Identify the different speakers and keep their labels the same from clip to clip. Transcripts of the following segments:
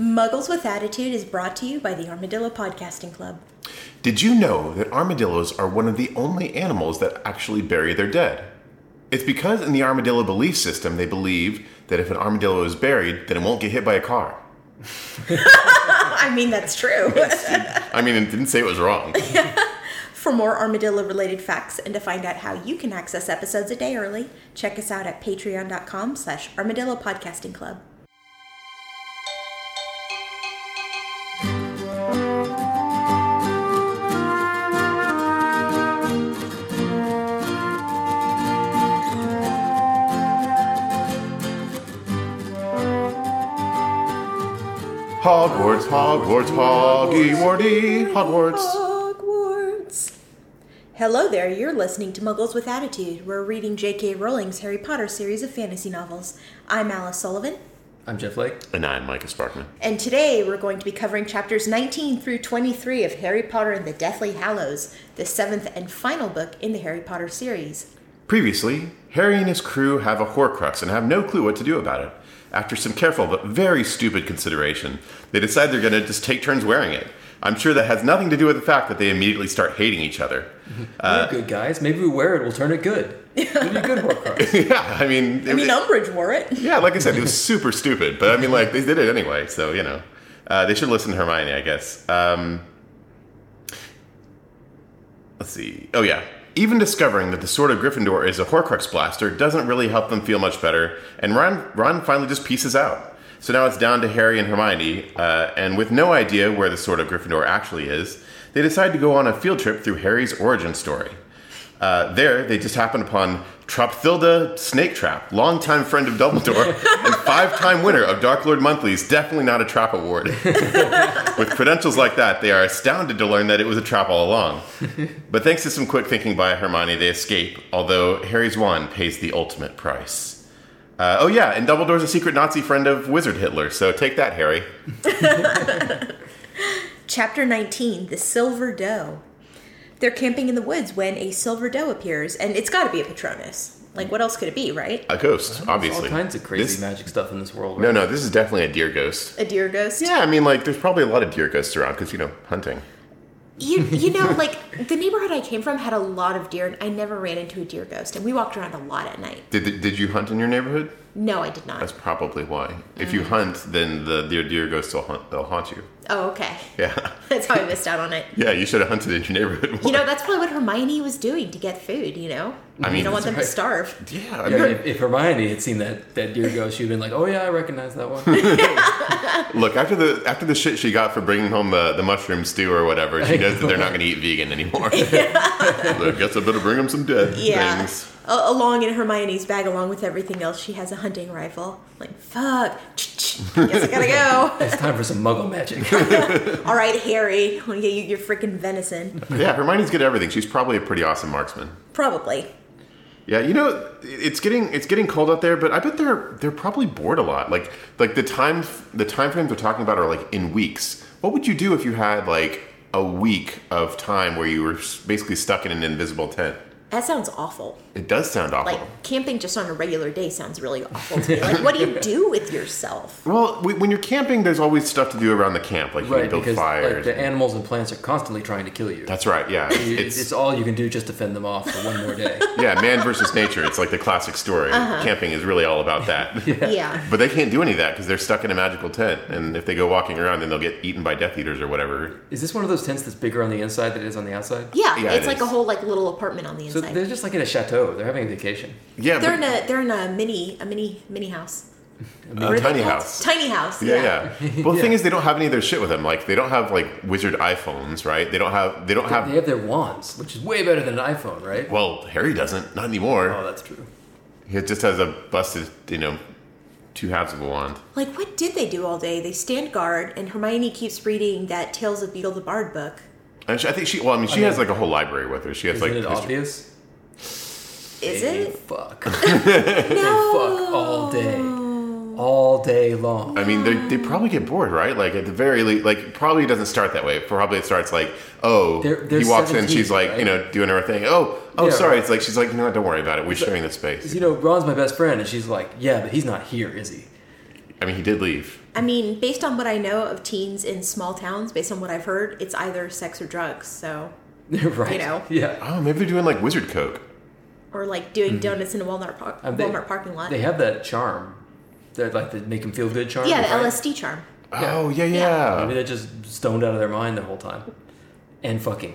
Speaker 1: Muggles with Attitude is brought to you by the Armadillo Podcasting Club.
Speaker 2: Did you know that armadillos are one of the only animals that actually bury their dead? It's because in the armadillo belief system, they believe that if an armadillo is buried, then it won't get hit by a car.
Speaker 1: I mean, that's true.
Speaker 2: I mean, it didn't say it was wrong.
Speaker 1: For more armadillo related facts and to find out how you can access episodes a day early, check us out at patreon.com slash armadillo podcasting club.
Speaker 2: Hogwarts, Hogwarts, Hoggy Warty, Hogwarts.
Speaker 1: Hogwarts. Hello there, you're listening to Muggles with Attitude. We're reading J.K. Rowling's Harry Potter series of fantasy novels. I'm Alice Sullivan,
Speaker 3: I'm Jeff Lake.
Speaker 2: And I'm Micah Sparkman.
Speaker 1: and today we're going to be covering chapters 19 through 23 of Harry Potter and the Deathly Hallows, the seventh and final book in the Harry Potter series.
Speaker 2: Previously, Harry and his crew have a Horcrux and have no clue what to do about it. After some careful but very stupid consideration, they decide they're going to just take turns wearing it. I'm sure that has nothing to do with the fact that they immediately start hating each other. Uh,
Speaker 3: We're good guys. Maybe we wear it, we'll turn it good. It'll be a good Horcrux.
Speaker 2: yeah, I mean,
Speaker 1: I mean,
Speaker 2: it-
Speaker 1: Umbridge wore it.
Speaker 2: yeah, like I said, it was super stupid, but I mean, like they did it anyway, so you know, uh, they should listen to Hermione, I guess. Um, let's see. Oh yeah, even discovering that the sword of Gryffindor is a Horcrux blaster doesn't really help them feel much better, and Ron Ron finally just pieces out. So now it's down to Harry and Hermione, uh, and with no idea where the sword of Gryffindor actually is, they decide to go on a field trip through Harry's origin story. Uh, there, they just happen upon Tropthilda Snake Trap, longtime friend of Dumbledore and five-time winner of Dark Lord Monthly's Definitely Not a Trap Award. With credentials like that, they are astounded to learn that it was a trap all along. But thanks to some quick thinking by Hermione, they escape, although Harry's wand pays the ultimate price. Uh, oh yeah, and Dumbledore's a secret Nazi friend of Wizard Hitler, so take that, Harry.
Speaker 1: Chapter 19 The Silver Doe. They're camping in the woods when a silver doe appears, and it's got to be a Patronus. Like, what else could it be, right?
Speaker 2: A ghost,
Speaker 3: There's all
Speaker 2: obviously.
Speaker 3: kinds of crazy
Speaker 2: This-
Speaker 3: magic stuff in this world.
Speaker 2: No,
Speaker 3: Right?
Speaker 2: no, this is definitely a deer ghost.
Speaker 1: A deer ghost?
Speaker 2: Yeah, I mean, like, there's probably a lot of deer ghosts around because you know, hunting.
Speaker 1: You, you know, like, the neighborhood I came from had a lot of deer, and I never ran into a deer ghost, and we walked around a lot at night.
Speaker 2: Did did you hunt in your neighborhood?
Speaker 1: No, I did not.
Speaker 2: That's probably why. If
Speaker 1: Mm.
Speaker 2: you hunt, then the deer deer ghosts will haunt. They'll haunt you.
Speaker 1: Oh, okay.
Speaker 2: Yeah,
Speaker 1: That's how I missed out on it.
Speaker 2: yeah. You should have hunted in your neighborhood. More.
Speaker 1: You know, that's probably what Hermione was doing to get food, you know?
Speaker 2: I mean,
Speaker 1: you don't want them
Speaker 3: right.
Speaker 1: to starve.
Speaker 2: yeah. I
Speaker 3: Yeah,
Speaker 2: mean,
Speaker 3: if, if Hermione had seen that, that deer ghost, she'd have been like, oh yeah, I recognize that one.
Speaker 2: Look after the after the shit she got for bringing home the, the mushroom stew or whatever. She knows that they're not going to eat vegan anymore. Look, guess I better bring them some dead
Speaker 1: Yeah.
Speaker 2: things.
Speaker 1: A- along in Hermione's bag, along with everything else, she has a hunting rifle. Like, fuck. Guess I gotta go.
Speaker 3: it's time for some muggle magic.
Speaker 1: All right, Harry. I'm gonna get you your freaking venison.
Speaker 2: Yeah, Hermione's good at everything. She's probably a pretty awesome marksman.
Speaker 1: Probably.
Speaker 2: Yeah, you know, it's getting it's getting cold out there, but I bet they're they're probably bored a lot. Like like the time the time frames they're talking about are like in weeks. What would you do if you had like a week of time where you were s- basically stuck in an invisible tent?
Speaker 1: That sounds awful.
Speaker 2: It does sound awful.
Speaker 1: Like, camping just on a regular day sounds really awful to me. Like, what do you do with yourself?
Speaker 2: well, w- when you're camping, there's always stuff to do around the camp, like you can
Speaker 3: right,
Speaker 2: build
Speaker 3: because like,
Speaker 2: fires.
Speaker 3: the animals and plants are constantly trying to kill you.
Speaker 2: That's right. Yeah,
Speaker 3: You- it's,
Speaker 2: it's,
Speaker 3: all you can do just to fend them off for one more day.
Speaker 2: yeah, man versus nature. It's like the classic story. Camping is really all about that.
Speaker 1: Yeah.
Speaker 2: But they can't do any of that because they're stuck in a magical tent, and if they go walking around, then they'll get eaten by Death Eaters or whatever.
Speaker 3: Is this one of those tents that's bigger on the inside than it is on the outside?
Speaker 1: Yeah,
Speaker 2: Yeah,
Speaker 1: it's
Speaker 2: it
Speaker 1: like a
Speaker 2: is.
Speaker 1: whole like little apartment on the
Speaker 3: So
Speaker 1: inside.
Speaker 3: they're just like in a chateau. They're having a vacation.
Speaker 2: Yeah,
Speaker 1: they're
Speaker 2: but-
Speaker 1: in a they're in a mini a mini mini house.
Speaker 2: A
Speaker 1: What are they
Speaker 2: tiny
Speaker 1: called?
Speaker 2: house.
Speaker 1: Tiny house.
Speaker 2: yeah, yeah. Well, the thing is, they don't have any of their shit with them. Like, they don't have like wizard iPhones, right? They don't have. They don't
Speaker 3: They
Speaker 2: have.
Speaker 3: have their wands, which is way better than an iPhone, right?
Speaker 2: Well, Harry doesn't. Not anymore.
Speaker 3: Oh, that's true.
Speaker 2: He just has a busted, you know, two halves of a wand.
Speaker 1: Like, what did they do all day? They stand guard, and Hermione keeps reading that Tales of Beetle the Bard book.
Speaker 2: And she, I think she. Well, I mean, she has like a whole library with her. She has
Speaker 3: Isn't
Speaker 2: like.
Speaker 3: it
Speaker 2: history-
Speaker 3: obvious?
Speaker 1: Is
Speaker 3: They
Speaker 1: it?
Speaker 3: Fuck.
Speaker 1: No.
Speaker 3: fuck all day. All day long.
Speaker 2: I mean, they they probably get bored, right? Like at the very least, like probably it doesn't start that way. Probably it starts like, oh,
Speaker 3: They're- they're
Speaker 2: he walks in,
Speaker 3: 17,
Speaker 2: she's like, you
Speaker 3: right?
Speaker 2: know, doing her thing. Oh, oh,
Speaker 3: Yeah.
Speaker 2: sorry. It's like she's like, no, don't worry about it. We're sharing the space.
Speaker 3: You know, Ron's my best friend, and she's like, yeah, but he's not here, is he?
Speaker 2: I mean, he did leave.
Speaker 1: I mean, based on what I know of teens in small towns, based on what I've heard, it's either sex or drugs. So,
Speaker 3: right.
Speaker 1: You know.
Speaker 3: Yeah.
Speaker 2: Oh, maybe they're doing like wizard coke.
Speaker 1: or like doing donuts in a Walmart, park,
Speaker 3: Um, Mm-hmm. they-
Speaker 1: Walmart parking lot.
Speaker 3: They have that charm. That like the make them feel good charm.
Speaker 1: yeah, the
Speaker 3: right?
Speaker 1: LSD charm.
Speaker 2: Oh yeah,
Speaker 3: Maybe
Speaker 2: yeah.
Speaker 3: they're just stoned out of their mind the whole time. And fucking.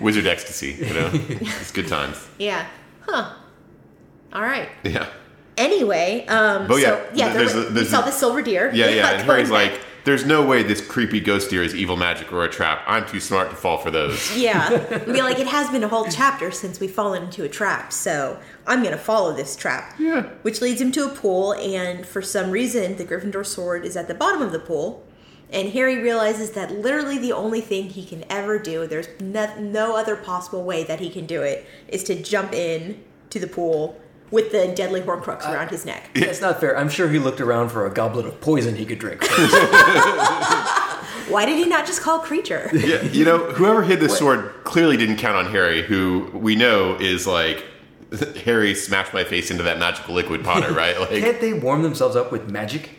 Speaker 2: Wizard ecstasy. You know, it's good times.
Speaker 1: Yeah. Huh. All right.
Speaker 2: Yeah,
Speaker 1: Anyway, um,
Speaker 2: But yeah,
Speaker 1: so, yeah, there
Speaker 2: there's
Speaker 1: were-
Speaker 2: a- there's
Speaker 1: we saw
Speaker 2: a-
Speaker 1: the silver deer.
Speaker 2: yeah, yeah. And Harry's
Speaker 1: going
Speaker 2: like, "There's no way this creepy ghost deer is evil magic or a trap. I'm too smart to fall for those."
Speaker 1: back. yeah. I mean, like it has been a whole chapter since we've fallen into a trap, so I'm gonna follow this trap.
Speaker 2: Yeah.
Speaker 1: Which leads him to a pool, and for some reason, the Gryffindor sword is at the bottom of the pool. And Harry realizes that literally the only thing he can ever do, there's no, no other possible way that he can do it, is to jump in to the pool with the deadly Horcrux around his neck.
Speaker 3: Yeah, it's not fair. I'm sure he looked around for a goblet of poison he could drink. first.
Speaker 1: Why did he not just call creature?
Speaker 2: Yeah, you know, whoever hid this sword clearly didn't count on Harry, who we know is like Harry smashed my face into that magical liquid Potter, right? Like,
Speaker 3: Can't they warm themselves up with magic?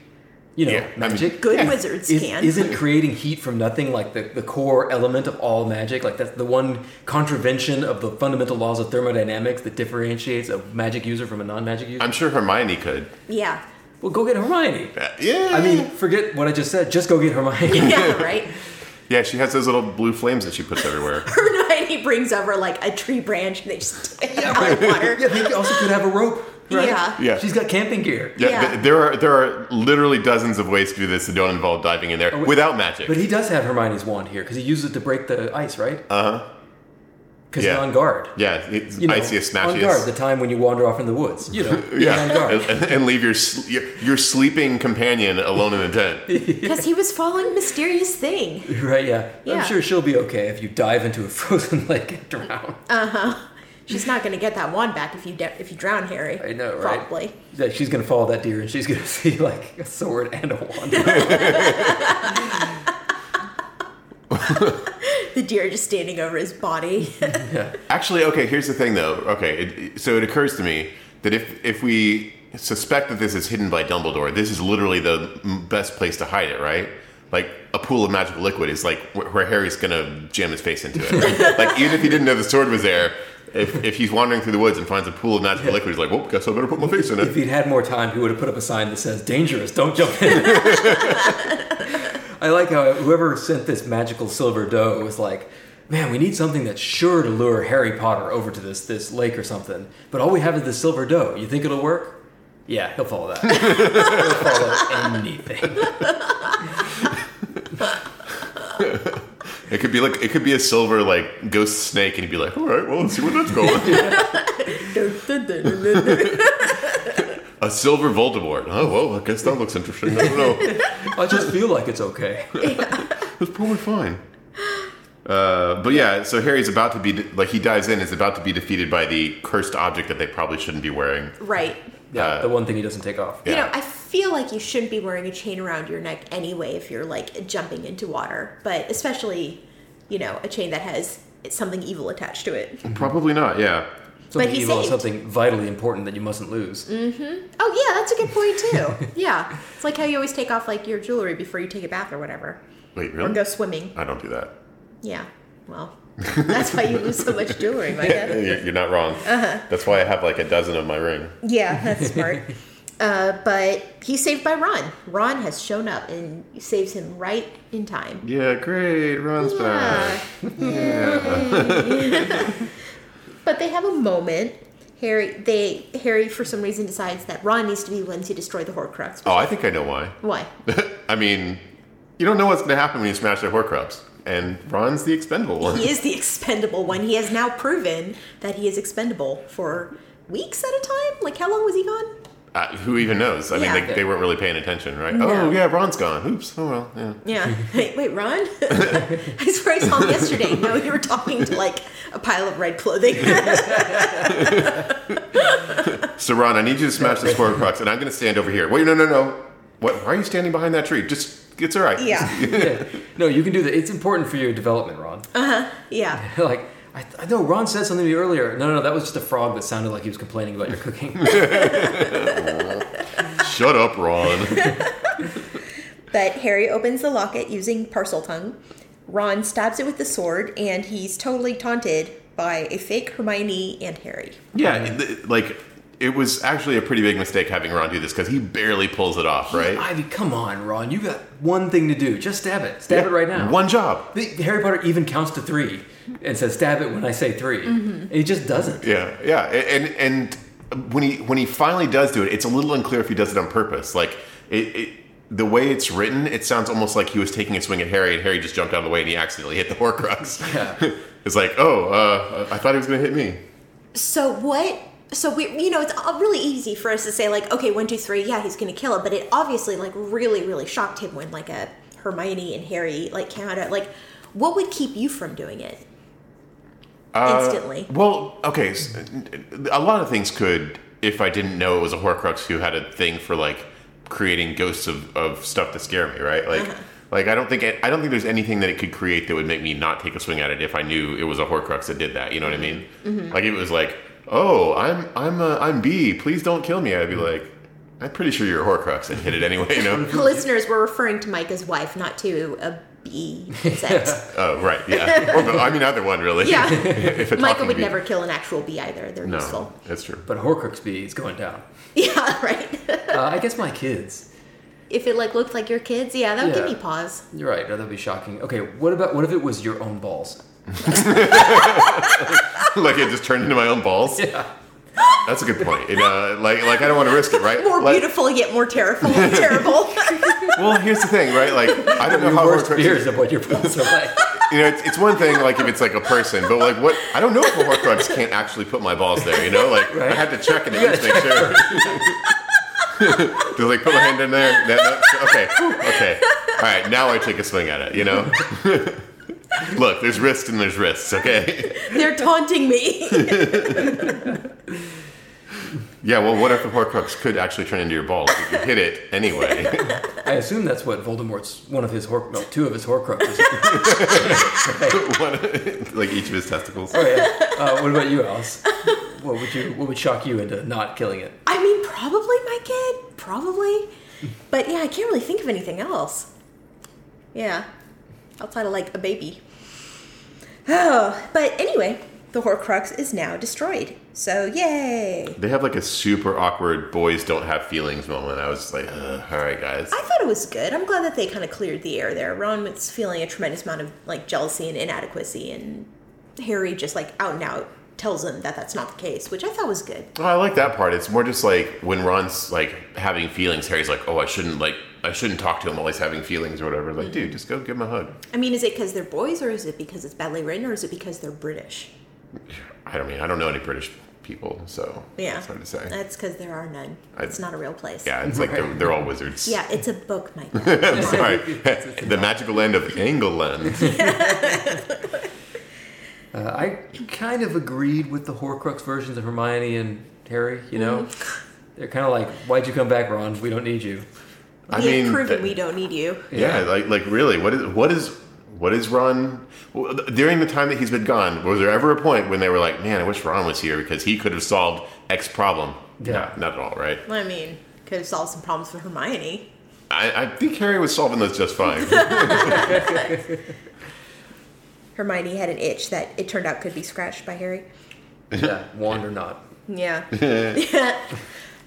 Speaker 3: You know,
Speaker 2: Yeah, I mean-
Speaker 3: magic.
Speaker 1: Good wizards
Speaker 3: Is,
Speaker 1: can.
Speaker 3: isn't creating heat from nothing like the, the core element of all magic? Like that's the one contravention of the fundamental laws of thermodynamics that differentiates a magic user from a non-magic user.
Speaker 2: I'm sure Hermione could.
Speaker 1: yeah.
Speaker 3: well, go get Hermione.
Speaker 2: Uh, Yeah,
Speaker 3: I mean, forget what I just said. Just go get Hermione.
Speaker 1: Yeah, right?
Speaker 2: yeah, she has those little blue flames that she puts everywhere.
Speaker 1: Hermione brings over like a tree branch and they just take it out of water.
Speaker 3: yeah, they also could have a rope. Right?
Speaker 1: Yeah.
Speaker 2: Yeah.
Speaker 3: She's got camping gear.
Speaker 2: Yeah,
Speaker 1: Yeah.
Speaker 2: Th- there are there are literally dozens of ways to do this that don't involve diving in there
Speaker 3: wait.
Speaker 2: without magic.
Speaker 3: But he does have Hermione's wand here because he uses it to break the ice, right? Uh huh. Because
Speaker 2: Uh-huh. Yeah.
Speaker 3: he's on guard.
Speaker 2: yeah, it's
Speaker 3: You know,
Speaker 2: iciest,
Speaker 3: on guard. The
Speaker 2: smashiest.
Speaker 3: time when you wander off in the woods, you know, you're
Speaker 2: Yeah,
Speaker 3: on guard.
Speaker 2: and, and leave your, sl- your your sleeping companion alone in a tent.
Speaker 1: Because he was following mysterious thing.
Speaker 3: Right? Yeah.
Speaker 1: Yeah.
Speaker 3: I'm sure she'll be okay if you dive into a frozen lake and drown.
Speaker 1: Uh, She's not going to get that wand back if you de- if you drown Harry.
Speaker 3: I know, right?
Speaker 1: Probably.
Speaker 3: Yeah, she's gonna follow that deer and she's gonna see like a sword and a wand.
Speaker 1: The deer just standing over his body.
Speaker 2: Actually, okay, here's the thing though. Okay, it- it, so it occurs to me that if if we suspect that this is hidden by Dumbledore, this is literally the m- best place to hide it, right? Like a pool of magical liquid is like wh- where Harry's gonna jam his face into it. like even if he didn't know the sword was there, if, if he's wandering through the woods and finds a pool of magical liquid, he's like, "Well, guess I better put my face in
Speaker 3: if
Speaker 2: it."
Speaker 3: he'd had more time, he would have put up a sign that says "Dangerous, don't jump in." I like how whoever sent this magical silver dough was like, "Man, we need something that's sure to lure Harry Potter over to this this lake or something." But all we have is this silver dough. You think it'll work? Yeah, he'll follow that. he'll follow anything.
Speaker 2: It could be like it could be a silver like ghost snake, and he'd be like, "All right, well, let's see where that's going."
Speaker 1: Dun, dun, dun, dun, dun, dun.
Speaker 2: a silver Voldemort. Oh, well, I guess that looks interesting. I don't know.
Speaker 3: I just feel like it's okay.
Speaker 2: It's probably fine. Uh, but yeah, so Harry's about to be like he dives in, is about to be defeated by the cursed object that they probably shouldn't be wearing.
Speaker 1: right.
Speaker 3: Yeah,
Speaker 2: Uh,
Speaker 3: the one thing he doesn't take off.
Speaker 1: You
Speaker 2: Yeah.
Speaker 1: know, I feel like you shouldn't be wearing a chain around your neck anyway if you're like jumping into water, but especially, you know, a chain that has something evil attached to it.
Speaker 2: Probably not. Yeah,
Speaker 3: Something
Speaker 1: But he
Speaker 3: evil is
Speaker 1: saved.
Speaker 3: something vitally important that you mustn't lose.
Speaker 1: Oh yeah, that's a good point too. yeah, it's like how you always take off like your jewelry before you take a bath or whatever,
Speaker 2: wait,
Speaker 1: or
Speaker 2: really?
Speaker 1: go swimming.
Speaker 2: I don't do that.
Speaker 1: Yeah, well, that's why you lose so much jewelry, my
Speaker 2: Yeah, Uh-huh.
Speaker 1: head.
Speaker 2: You're you're not wrong. That's why I have like a dozen of my ring.
Speaker 1: Yeah, that's smart. Uh, but he's saved by Ron. Ron has shown up and saves him right in time.
Speaker 2: Yeah, great. Ron's
Speaker 1: Yeah. But they have a moment. Harry, they Harry for some reason decides that Ron needs to be the ones who destroy the Horcrux.
Speaker 2: Oh, I think I know why.
Speaker 1: Why?
Speaker 2: I mean, you don't know what's going to happen when you smash that Horcrux, and Ron's the expendable one.
Speaker 1: He is the expendable one. He has now proven that he is expendable for weeks at a time. Like how long was he gone?
Speaker 2: Uh, who even knows? I
Speaker 1: Yeah.
Speaker 2: mean, they, they weren't really paying attention, right?
Speaker 1: No.
Speaker 2: Oh, yeah, Ron's gone. Oops. Oh well. Yeah.
Speaker 1: Yeah. Wait, wait, Ron? I swear I saw him yesterday. No, you were talking to like a pile of red clothing.
Speaker 2: So Ron, I need you to smash this Horcrux, and I'm going to stand over here. Wait, no, no, no. What? Why are you standing behind that tree? Just it's all right.
Speaker 1: yeah.
Speaker 3: yeah. No, you can do that. It's important for your development, Ron.
Speaker 1: Uh. Yeah.
Speaker 3: like, I, I know Ron said something to me earlier. No, no, no, that was just a frog that sounded like he was complaining about your cooking.
Speaker 2: Shut up, Ron.
Speaker 1: But Harry opens the locket using parcel tongue. Ron stabs it with the sword, and he's totally taunted by a fake Hermione and Harry.
Speaker 2: Yeah, it- th- like it was actually a pretty big mistake having Ron do this because he barely pulls it off, right?
Speaker 3: Ivy, come on, Ron. You got one thing to do. Just stab it. Stab it right now.
Speaker 2: One job.
Speaker 3: The, Harry Potter even counts to three and says, "Stab it when I say 3
Speaker 1: Mm-hmm.
Speaker 3: And he just doesn't.
Speaker 2: Yeah, yeah, A- and and when he when he finally does do it, it's a little unclear if he does it on purpose. Like it. it the way it's written, it sounds almost like he was taking a swing at Harry, and Harry just jumped out of the way, and he accidentally hit the Horcrux.
Speaker 3: Yeah.
Speaker 2: it's like, oh, uh, I thought he was going to hit me.
Speaker 1: So what? So we, you know, it's uh, really easy for us to say like, okay, one, two, three, yeah, he's gonna kill it. But it obviously like really, really shocked him when like a Hermione and Harry like came out. Of, like, what would keep you from doing it instantly?
Speaker 2: Well, okay, s- a lot of things could if I didn't know it was a Horcrux who had a thing for like creating ghosts of, of stuff to scare me, right? Like,
Speaker 1: Uh-huh.
Speaker 2: like I don't think I don't think there's anything that it could create that would make me not take a swing at it if I knew it was a Horcrux that did that. You know what I mean?
Speaker 1: Mm-hmm.
Speaker 2: Like it was like, oh, I'm I'm uh, I'm B. Please don't kill me. I'd be like, I'm pretty sure you're a Horcrux and hit it anyway. You know?
Speaker 1: Listeners, we're referring to Micah's wife, not to a bee insect.
Speaker 2: oh, right. Yeah. Or, I mean, either one really.
Speaker 1: yeah,
Speaker 2: If a
Speaker 1: Micah
Speaker 2: talking
Speaker 1: would
Speaker 2: bee-
Speaker 1: never kill an actual bee either. They're
Speaker 2: No,
Speaker 1: useful.
Speaker 2: that's true.
Speaker 3: But Horcrux B is going down.
Speaker 1: Yeah, right.
Speaker 3: Uh, I guess my kids.
Speaker 1: if it like looked like your kids, yeah, that would give
Speaker 3: Yeah.
Speaker 1: me pause.
Speaker 3: You're right. That'd be shocking. Okay, what about what if it was your own balls?
Speaker 2: like it just turned into my own balls.
Speaker 3: Yeah.
Speaker 2: That's a good point. You know, like, like I don't want to risk it, right?
Speaker 1: More
Speaker 2: like,
Speaker 1: beautiful yet more terrifying. terrible.
Speaker 2: Well, here's the thing, right? Like, I don't know
Speaker 3: Your
Speaker 2: how
Speaker 3: worst
Speaker 2: Horcrux.
Speaker 3: fears of what your balls are like.
Speaker 2: You know, it's, it's one thing like if it's like a person, but like what? I don't know if a Horcrux can't actually put my balls there. You know, like I
Speaker 3: Right.
Speaker 2: had to check and at least make sure. Just like put my hand in there. That, that, okay, okay, all right. Now I take a swing at it. You know. Look, there's risks and there's risks. Okay.
Speaker 1: They're taunting me.
Speaker 2: Yeah. Well, what if the Horcrux could actually turn into your balls? You could hit it anyway.
Speaker 3: I assume that's what Voldemort's one of his hor- no, two of his Horcruxes.
Speaker 2: One- like each of his testicles.
Speaker 3: oh yeah. Uh, what about you, Alice? What would you? What would shock you into not killing it?
Speaker 1: I mean, probably my kid, probably. But yeah, I can't really think of anything else. Yeah, outside of like a baby. Oh, but anyway, the Horcrux is now destroyed. So yay!
Speaker 2: They have like a super awkward boys don't have feelings moment. I was just like, Ugh, all right, guys.
Speaker 1: I thought it was good. I'm glad that they kind of cleared the air there. Ron was feeling a tremendous amount of like jealousy and inadequacy, and Harry just like out and out tells him that that's not the case, which I thought was good.
Speaker 2: Well, I like that part. It's more just like when Ron's like having feelings, Harry's like, oh, I shouldn't like, I shouldn't talk to him while he's having feelings or whatever. Like, dude, just go give him a hug.
Speaker 1: I mean, is it because they're boys, or is it because it's badly written, or is it because they're British?
Speaker 2: I don't mean, I don't know any British people, so
Speaker 1: Yeah.
Speaker 2: it's hard to say.
Speaker 1: That's because there are none.
Speaker 2: I-
Speaker 1: it's not a real place.
Speaker 2: yeah, it's like they're, they're all wizards.
Speaker 1: Yeah, it's a book, Michael.
Speaker 2: I'm sorry. the magical land of England.
Speaker 3: Uh, I kind of agreed with the Horcrux versions of Hermione and Harry. You know,
Speaker 1: Mm-hmm.
Speaker 3: they're kind of like, "Why'd you come back, Ron? We don't need you."
Speaker 2: I
Speaker 1: we
Speaker 2: mean, uh,
Speaker 1: have proven
Speaker 2: th-
Speaker 1: we don't need you.
Speaker 2: Yeah, like like really, what is what is what is Ron? well, th- During the time that he's been gone, was there ever a point when they were like, "Man, I wish Ron was here because he could have solved X problem"?
Speaker 3: Yeah.
Speaker 2: No, not at all, right?
Speaker 1: I mean, could have solved some problems for Hermione.
Speaker 2: I, I think Harry was solving those just fine.
Speaker 1: Hermione had an itch that it turned out could be scratched by Harry.
Speaker 3: yeah, wand or not.
Speaker 1: Yeah.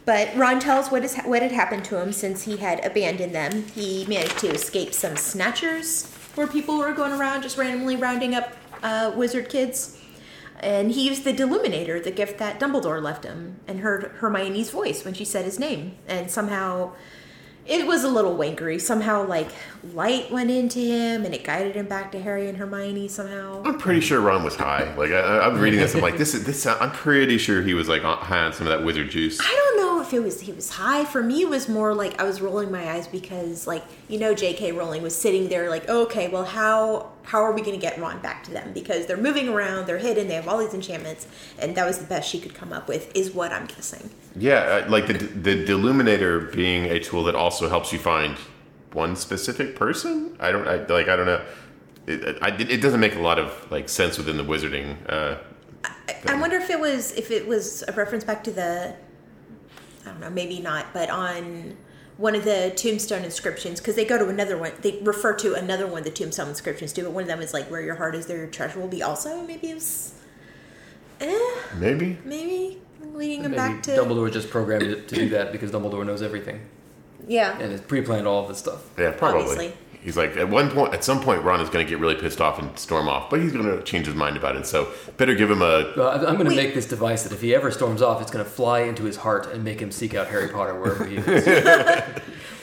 Speaker 1: but Ron tells what is what had happened to him since he had abandoned them. He managed to escape some snatchers, where people were going around just randomly rounding up uh, wizard kids. And he used the Deluminator, the gift that Dumbledore left him, and heard Hermione's voice when she said his name. And somehow, it was a little wankery. Somehow, like light went into him, and it guided him back to Harry and Hermione somehow.
Speaker 2: I'm pretty sure Ron was high. Like I, I- I'm reading this, I'm like, "This is this." sound- I'm pretty sure he was like on- high on some of that wizard juice.
Speaker 1: I don't know if it was he was high. For me, it was more like I was rolling my eyes because, like, you know, J.K. Rowling was sitting there, like, okay, well, how how are we going to get Ron back to them? Because they're moving around, they're hidden, they have all these enchantments, and that was the best she could come up with, is what I'm guessing.
Speaker 2: Yeah, uh, like the the deluminator being a tool that also helps you find one specific person. I don't I, like. I don't know. It, I, it doesn't make a lot of like sense within the wizarding. Uh,
Speaker 1: I, I wonder if it was if it was a reference back to the, I don't know, maybe not, but on one of the tombstone inscriptions because they go to another one. They refer to another one of the tombstone inscriptions too, but one of them is like, "Where your heart is, there your treasure will be." Also, maybe it was, eh,
Speaker 2: Maybe.
Speaker 1: maybe leading them
Speaker 3: Maybe
Speaker 1: back to
Speaker 3: Dumbledore just programmed it to do that because Dumbledore knows everything
Speaker 1: yeah,
Speaker 3: and has pre-planned all of this stuff.
Speaker 2: Yeah, probably.
Speaker 1: Obviously.
Speaker 2: He's like, at one point, at some point, Ron is going to get really pissed off and storm off, but he's going to change his mind about it. So better give him a.
Speaker 3: Well, I- I'm going
Speaker 1: Wait.
Speaker 3: to make this device that if he ever storms off, it's going to fly into his heart and make him seek out Harry Potter wherever he is.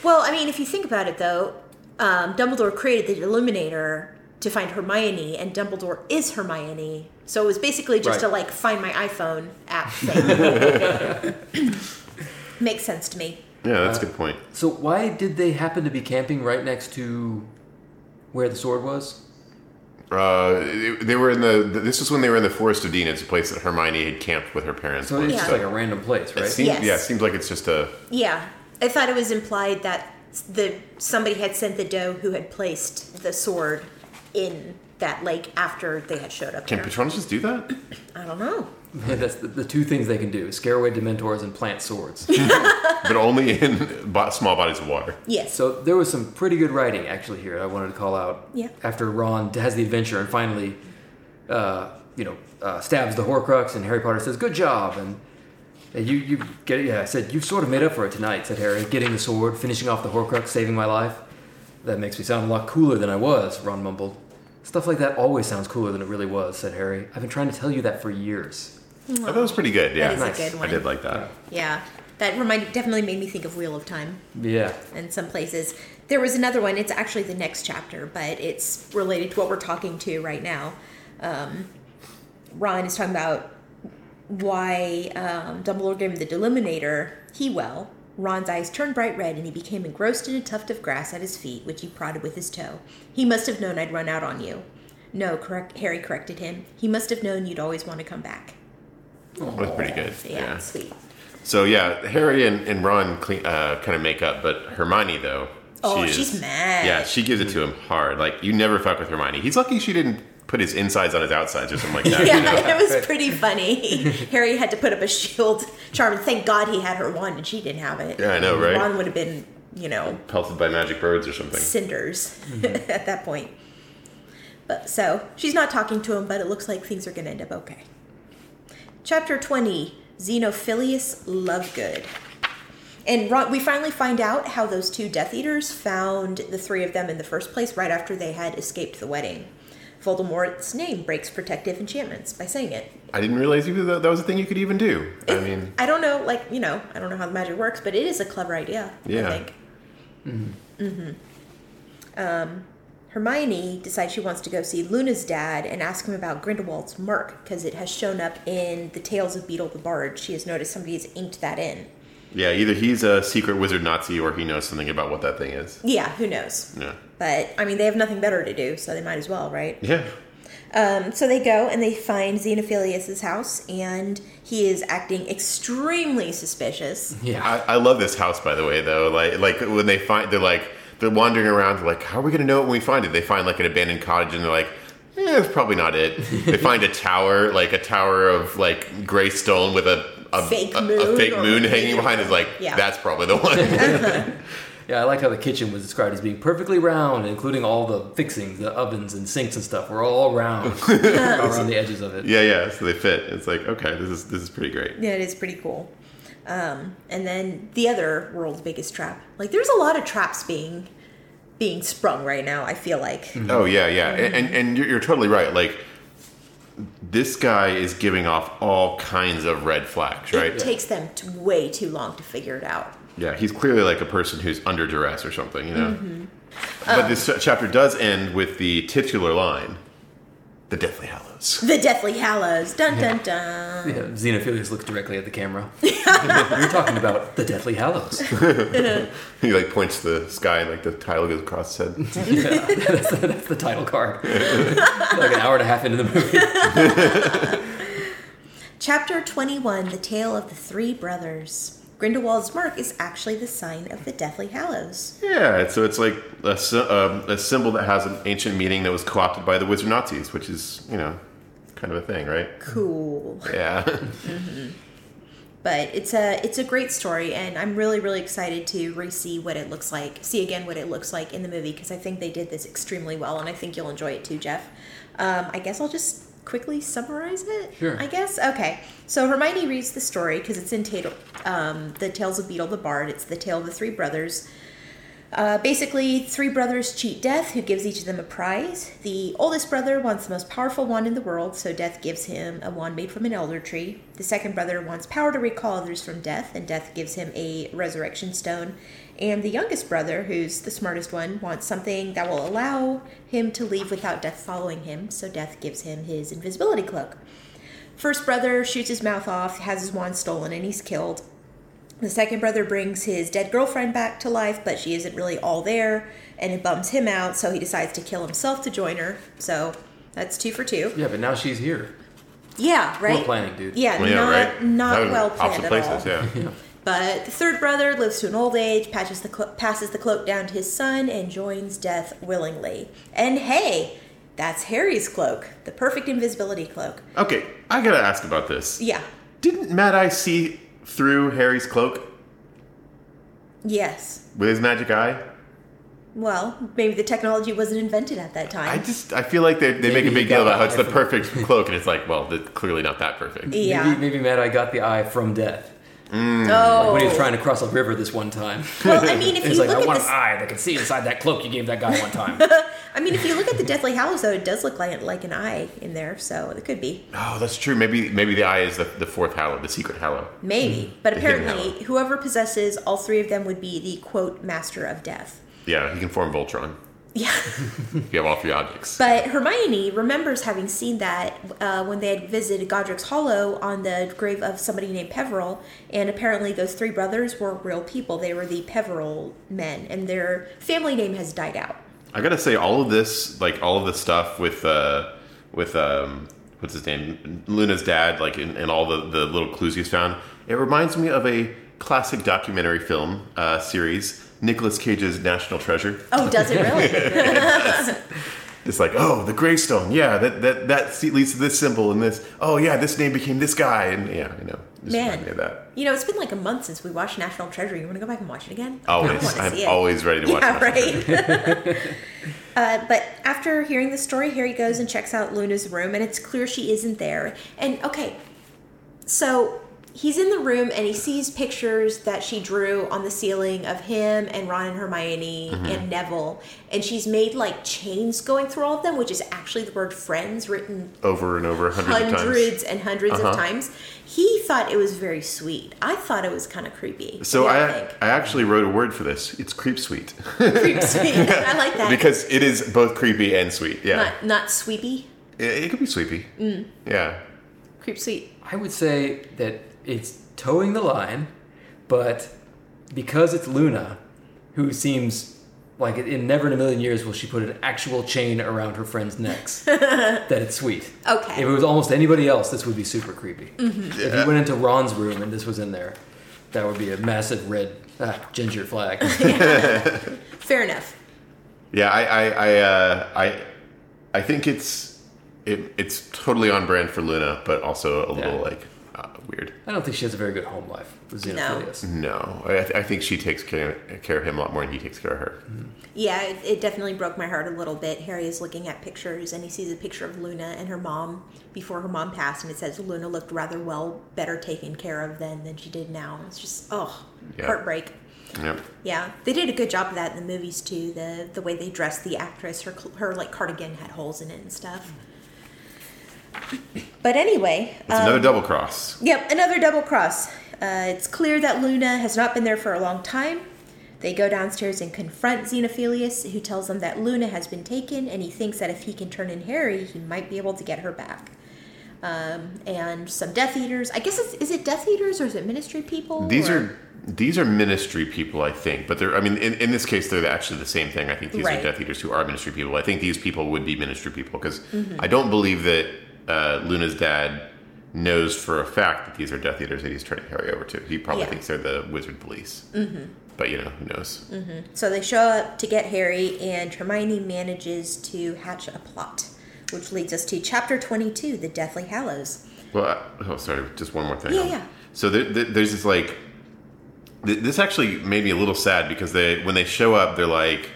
Speaker 1: Well, I mean, if you think about it, though, um, Dumbledore created the Illuminator to find Hermione, and Dumbledore is Hermione, so it was basically just
Speaker 3: Right.
Speaker 1: a like find my iPhone app thing. Makes sense to me.
Speaker 2: Yeah, that's a good point.
Speaker 3: so why did they happen to be camping right next to where the sword was?
Speaker 2: Uh, it- they were in the. This was when they were in the Forest of Dean. It's a place that Hermione had camped with her parents.
Speaker 3: So it's
Speaker 2: once,
Speaker 3: just
Speaker 1: Yeah.
Speaker 3: like a random place,
Speaker 2: it
Speaker 3: right?
Speaker 2: seems,
Speaker 1: Yes.
Speaker 2: Yeah, it seems like it's just a.
Speaker 1: Yeah, I thought it was implied that the somebody had sent the doe who had placed the sword in that lake after they had showed up
Speaker 2: Can
Speaker 1: there.
Speaker 2: Patronus just do that?
Speaker 1: I don't know.
Speaker 3: That's the, the two things they can do: scare away Dementors and plant swords.
Speaker 2: but only in bo- small bodies of water.
Speaker 1: Yes.
Speaker 3: so there was some pretty good writing actually here. I wanted to call out.
Speaker 1: Yeah.
Speaker 3: After Ron has the adventure and finally, uh, you know, uh, stabs the Horcrux, and Harry Potter says, "Good job," and. and you, you get it. Yeah, I said you've sort of made up for it tonight," said Harry, getting the sword, finishing off the Horcrux, saving my life. That makes me sound a lot cooler than I was. Ron mumbled. Stuff like that always sounds cooler than it really was," said Harry. "I've been trying to tell you that for years."
Speaker 2: I thought it was pretty good.
Speaker 1: that
Speaker 2: Yeah,
Speaker 1: is
Speaker 3: nice.
Speaker 1: a good
Speaker 2: I
Speaker 1: one.
Speaker 2: did like that.
Speaker 1: Yeah, that reminded definitely made me think of Wheel of Time.
Speaker 3: Yeah.
Speaker 1: in some places. There was another one. It's actually the next chapter, but it's related to what we're talking to right now. Um, Ron is talking about why um, Dumbledore gave him the Deliminator. He well. Ron's eyes turned bright red, and he became engrossed in a tuft of grass at his feet, which he prodded with his toe. He must have known I'd run out on you. No, correct, Harry corrected him. He must have known you'd always want to come back.
Speaker 2: It was pretty good.
Speaker 1: Yeah, sweet.
Speaker 2: So yeah, Harry and, and Ron clean, uh, kind of make up, but Hermione though.
Speaker 1: Oh,
Speaker 2: she is-
Speaker 1: she's mad.
Speaker 2: Yeah, she gives it to him hard. Like you never fuck with Hermione. He's lucky she didn't put his insides on his outsides or something like that. you know?
Speaker 1: Yeah, it was pretty funny. Harry had to put up a shield charm, and thank God he had her wand and she didn't have it.
Speaker 2: Yeah, I know, right?
Speaker 1: Ron would have been, you know,
Speaker 2: Pelted by magic birds or something.
Speaker 1: cinders
Speaker 2: Mm-hmm.
Speaker 1: at that point. But so she's not talking to him, but it looks like things are going to end up okay. Chapter twenty: Xenophilius Lovegood. And Ron, we finally find out how those two Death Eaters found the three of them in the first place right after they had escaped the wedding. Voldemort's name breaks protective enchantments by saying it.
Speaker 2: I didn't realize even that, that was a thing you could even do. I mean,
Speaker 1: I don't know, like you know, I don't know how the magic works, but it is a clever idea.
Speaker 2: Yeah.
Speaker 1: I think. Mm-hmm. Um, Hermione decides she wants to go see Luna's dad and ask him about Grindelwald's mark because it has shown up in the Tales of Beetle the Bard. She has noticed somebody has inked that in.
Speaker 2: yeah, either he's a secret wizard Nazi or he knows something about what that thing is.
Speaker 1: Yeah, who knows?
Speaker 2: Yeah.
Speaker 1: But I mean, they have nothing better to do, so they might as well, right?
Speaker 2: Yeah.
Speaker 1: Um, so they go and they find Xenophilius's house, and he is acting extremely suspicious.
Speaker 3: Yeah.
Speaker 2: I, I love this house, by the way, though. Like, like when they find, they're like, they're wandering around. They're like, how are we gonna know it when we find it? They find like an abandoned cottage, and they're like, eh, it's probably not it. they find a tower, like a tower of like gray stone with a a
Speaker 1: Fake
Speaker 2: a- a
Speaker 1: moon
Speaker 2: fake
Speaker 1: or-
Speaker 2: moon hanging behind. Is like,
Speaker 1: Yeah.
Speaker 2: that's probably the one.
Speaker 3: Yeah, I liked how the kitchen was described as being perfectly round, including all the fixings, the ovens and sinks and stuff were all round around the edges of it.
Speaker 2: yeah, yeah. So they fit. It's like, okay, this is this is pretty great.
Speaker 1: Yeah, it is pretty cool. Um, and then the other world's biggest trap. Like, there's a lot of traps being being sprung right now. I feel like
Speaker 2: Oh yeah, yeah,
Speaker 1: Mm-hmm.
Speaker 2: and and, and you're, you're totally right. Like this guy is giving off all kinds of red flags, right?
Speaker 1: it takes them t- way too long to figure it out.
Speaker 2: Yeah, he's clearly like a person who's under duress or something, you know.
Speaker 1: Mm-hmm. Oh.
Speaker 2: But this chapter does end with the titular line, "The Deathly Hallows."
Speaker 1: The Deathly Hallows. Dun dun dun.
Speaker 3: Yeah, Xenophilius looked directly at the camera. You're talking about the Deathly Hallows.
Speaker 2: he like points to the sky and like the title goes across his head.
Speaker 3: That's, that's the title card. like an hour and a half into the movie.
Speaker 1: Chapter 21 The Tale of the Three Brothers. Grindelwald's mark is actually the sign of the Deathly Hallows.
Speaker 2: yeah, so it's like a, sy- um, a symbol that has an ancient meaning that was co-opted by the wizard Nazis, which is you know kind of a thing, right?
Speaker 1: Cool.
Speaker 2: Yeah,
Speaker 1: But it's a it's a great story, and I'm really really excited to re-see what it looks like, see again what it looks like in the movie because I think they did this extremely well, and I think you'll enjoy it too, Jeff. Um, I guess I'll just quickly summarize it.
Speaker 3: Sure.
Speaker 1: I guess okay. So Hermione reads the story because it's in Tale, um, the Tales of Beetle the Bard. It's the tale of the three brothers. Uh, basically, three brothers cheat Death, who gives each of them a prize. The oldest brother wants the most powerful wand in the world, so Death gives him a wand made from an elder tree. The second brother wants power to recall others from Death, and Death gives him a resurrection stone. And the youngest brother, who's the smartest one, wants something that will allow him to leave without Death following him, so Death gives him his invisibility cloak. First brother shoots his mouth off, has his wand stolen, and he's killed. The second brother brings his dead girlfriend back to life, but she isn't really all there, and it bums him out, so he decides to kill himself to join her. So that's two for two.
Speaker 3: Yeah, but now she's here.
Speaker 1: Yeah, right?
Speaker 3: planning, dude.
Speaker 1: Yeah,
Speaker 2: Well, yeah,
Speaker 1: not,
Speaker 2: right.
Speaker 1: not
Speaker 2: That was
Speaker 1: well planned
Speaker 2: Opposite
Speaker 1: at
Speaker 2: places,
Speaker 1: all.
Speaker 2: yeah.
Speaker 1: But the third brother lives to an old age, patches the clo- passes the cloak down to his son, and joins death willingly. And hey, that's Harry's cloak, the perfect invisibility cloak.
Speaker 2: Okay, I gotta ask about this.
Speaker 1: Yeah.
Speaker 2: Didn't Mad Eye see through Harry's cloak
Speaker 1: Yes.
Speaker 2: with his magic eye?
Speaker 1: Well, maybe the technology wasn't invented at that time.
Speaker 2: I just I feel like they, they make
Speaker 3: Maybe
Speaker 2: a big
Speaker 3: he got
Speaker 2: deal about how
Speaker 3: the
Speaker 2: it's
Speaker 3: eye
Speaker 2: the perfect cloak, and it's like, well, that's clearly not that perfect.
Speaker 1: yeah.
Speaker 3: Maybe, hmm, maybe Mad Eye got the eye from death
Speaker 1: oh.
Speaker 3: when he was trying to cross a river this one time.
Speaker 1: Well, I mean, if
Speaker 3: He's
Speaker 1: you
Speaker 3: like, I
Speaker 1: look at
Speaker 3: want
Speaker 1: this,
Speaker 3: an eye that can see inside that cloak you gave that guy one time.
Speaker 1: I mean, if you look at the Deathly Hallows, though, it does look like like an eye in there, so it could be
Speaker 2: Oh, that's true. Maybe maybe the eye is the, the fourth hallow, the secret hallow.
Speaker 3: hmm.
Speaker 1: maybe. But
Speaker 2: The hidden
Speaker 1: apparently,
Speaker 2: hallow.
Speaker 1: whoever possesses all three of them would be the quote master of death.
Speaker 2: Yeah, he can form Voltron.
Speaker 1: Yeah.
Speaker 2: You have all three objects.
Speaker 1: But Hermione remembers having seen that uh, when they had visited Godric's Hollow on the grave of somebody named Peveril, and apparently those three brothers were real people. They were the Peveril men, and their family name has died out.
Speaker 2: I gotta say, all of this, like all of this stuff with uh, with um, what's his name, Luna's dad, like and, and all the the little clues he's found. It reminds me of a classic documentary film uh, series, Nicolas Cage's National Treasure.
Speaker 1: Oh, does it really?
Speaker 2: It's like, oh, the Greystone, yeah, that that that se- leads to this symbol and this. Oh yeah, this name became this guy, and yeah, you know, just
Speaker 1: Man.
Speaker 2: remind me of that.
Speaker 1: you know, it's been like a month since we watched National Treasure. You want to go back and watch it again? I
Speaker 2: Always,
Speaker 1: wanna
Speaker 2: I'm
Speaker 1: see it.
Speaker 2: always ready to watch.
Speaker 1: Yeah,
Speaker 2: National Treasure.
Speaker 1: right. uh, but after hearing the story, Harry goes and checks out Luna's room, and it's clear she isn't there. And okay, so he's in the room and he sees pictures that she drew on the ceiling of him and Ron and Hermione
Speaker 2: Mm-hmm.
Speaker 1: and Neville, and she's made like chains going through all of them, which is actually the word "friends" written
Speaker 2: Over and over, hundreds, of times.
Speaker 1: hundreds and 100s of
Speaker 2: Uh-huh.
Speaker 1: times. He thought it was very sweet. I thought it was kind of creepy.
Speaker 2: So
Speaker 1: What do
Speaker 2: I,
Speaker 1: you
Speaker 2: I actually wrote a word for this. It's creep sweet.
Speaker 1: think? Creep sweet. I like that.
Speaker 2: because it is both creepy and sweet. Yeah,
Speaker 1: not not sweepy
Speaker 2: it, it could be sweepy.
Speaker 1: Mm.
Speaker 2: Yeah,
Speaker 1: creep sweet
Speaker 3: I would say that it's towing the line, but because it's Luna, who seems like in never in a million years will she put an actual chain around her friend's necks, that it's sweet.
Speaker 1: Okay. Mm-hmm.
Speaker 3: If it was almost anybody else, this would be super creepy. If you went into Ron's room and this was in there, that would be a massive red ah, ginger flag.
Speaker 1: fair enough
Speaker 2: yeah. I, I, I, uh, I, I think it's it, it's totally on brand for Luna, but also a little
Speaker 3: Yeah.
Speaker 2: like uh, weird.
Speaker 3: I don't think she has a very good home life. with Xenophilius.
Speaker 2: No, I, I think she takes care, care of him a lot more than he takes care of her.
Speaker 1: yeah it, it definitely broke my heart a little bit harry is looking at pictures and he sees a picture of luna and her mom before her mom passed and it says luna looked rather well better taken care of then than she did now it's just oh
Speaker 2: Yeah.
Speaker 1: heartbreak
Speaker 2: Yep.
Speaker 1: yeah they did a good job of that in the movies too the the way they dressed the actress her cl- her like cardigan had holes in it and stuff but anyway um,
Speaker 2: It's another double cross.
Speaker 1: Yep, another double cross. Uh, it's clear that Luna has not been there for a long time. They go downstairs and confront Xenophilius, who tells them that Luna has been taken, and he thinks that if he can turn in Harry, he might be able to get her back. Um, and some Death Eaters. I guess it's, is it Death Eaters or is it Ministry people?
Speaker 2: These
Speaker 1: or-
Speaker 2: are these are ministry people, I think, but they're I mean in, in this case they're actually the same thing. I think these
Speaker 1: Right.
Speaker 2: are Death Eaters who are ministry people. I think these people would be ministry people because
Speaker 1: Mm-hmm.
Speaker 2: I don't believe that uh, Luna's dad knows for a fact that these are Death Eaters that he's turning Harry over to. He probably
Speaker 1: Yeah.
Speaker 2: thinks they're the Wizard Police, mm-hmm. but you know who knows.
Speaker 1: So they show up to get Harry, and Hermione manages to hatch a plot, which leads us to Chapter 22 The Deathly Hallows.
Speaker 2: Well, I, oh sorry, just one more thing.
Speaker 1: Yeah,
Speaker 2: Um,
Speaker 1: yeah.
Speaker 2: So there, there- there's this like th- this actually made me a little sad because they when they show up they're like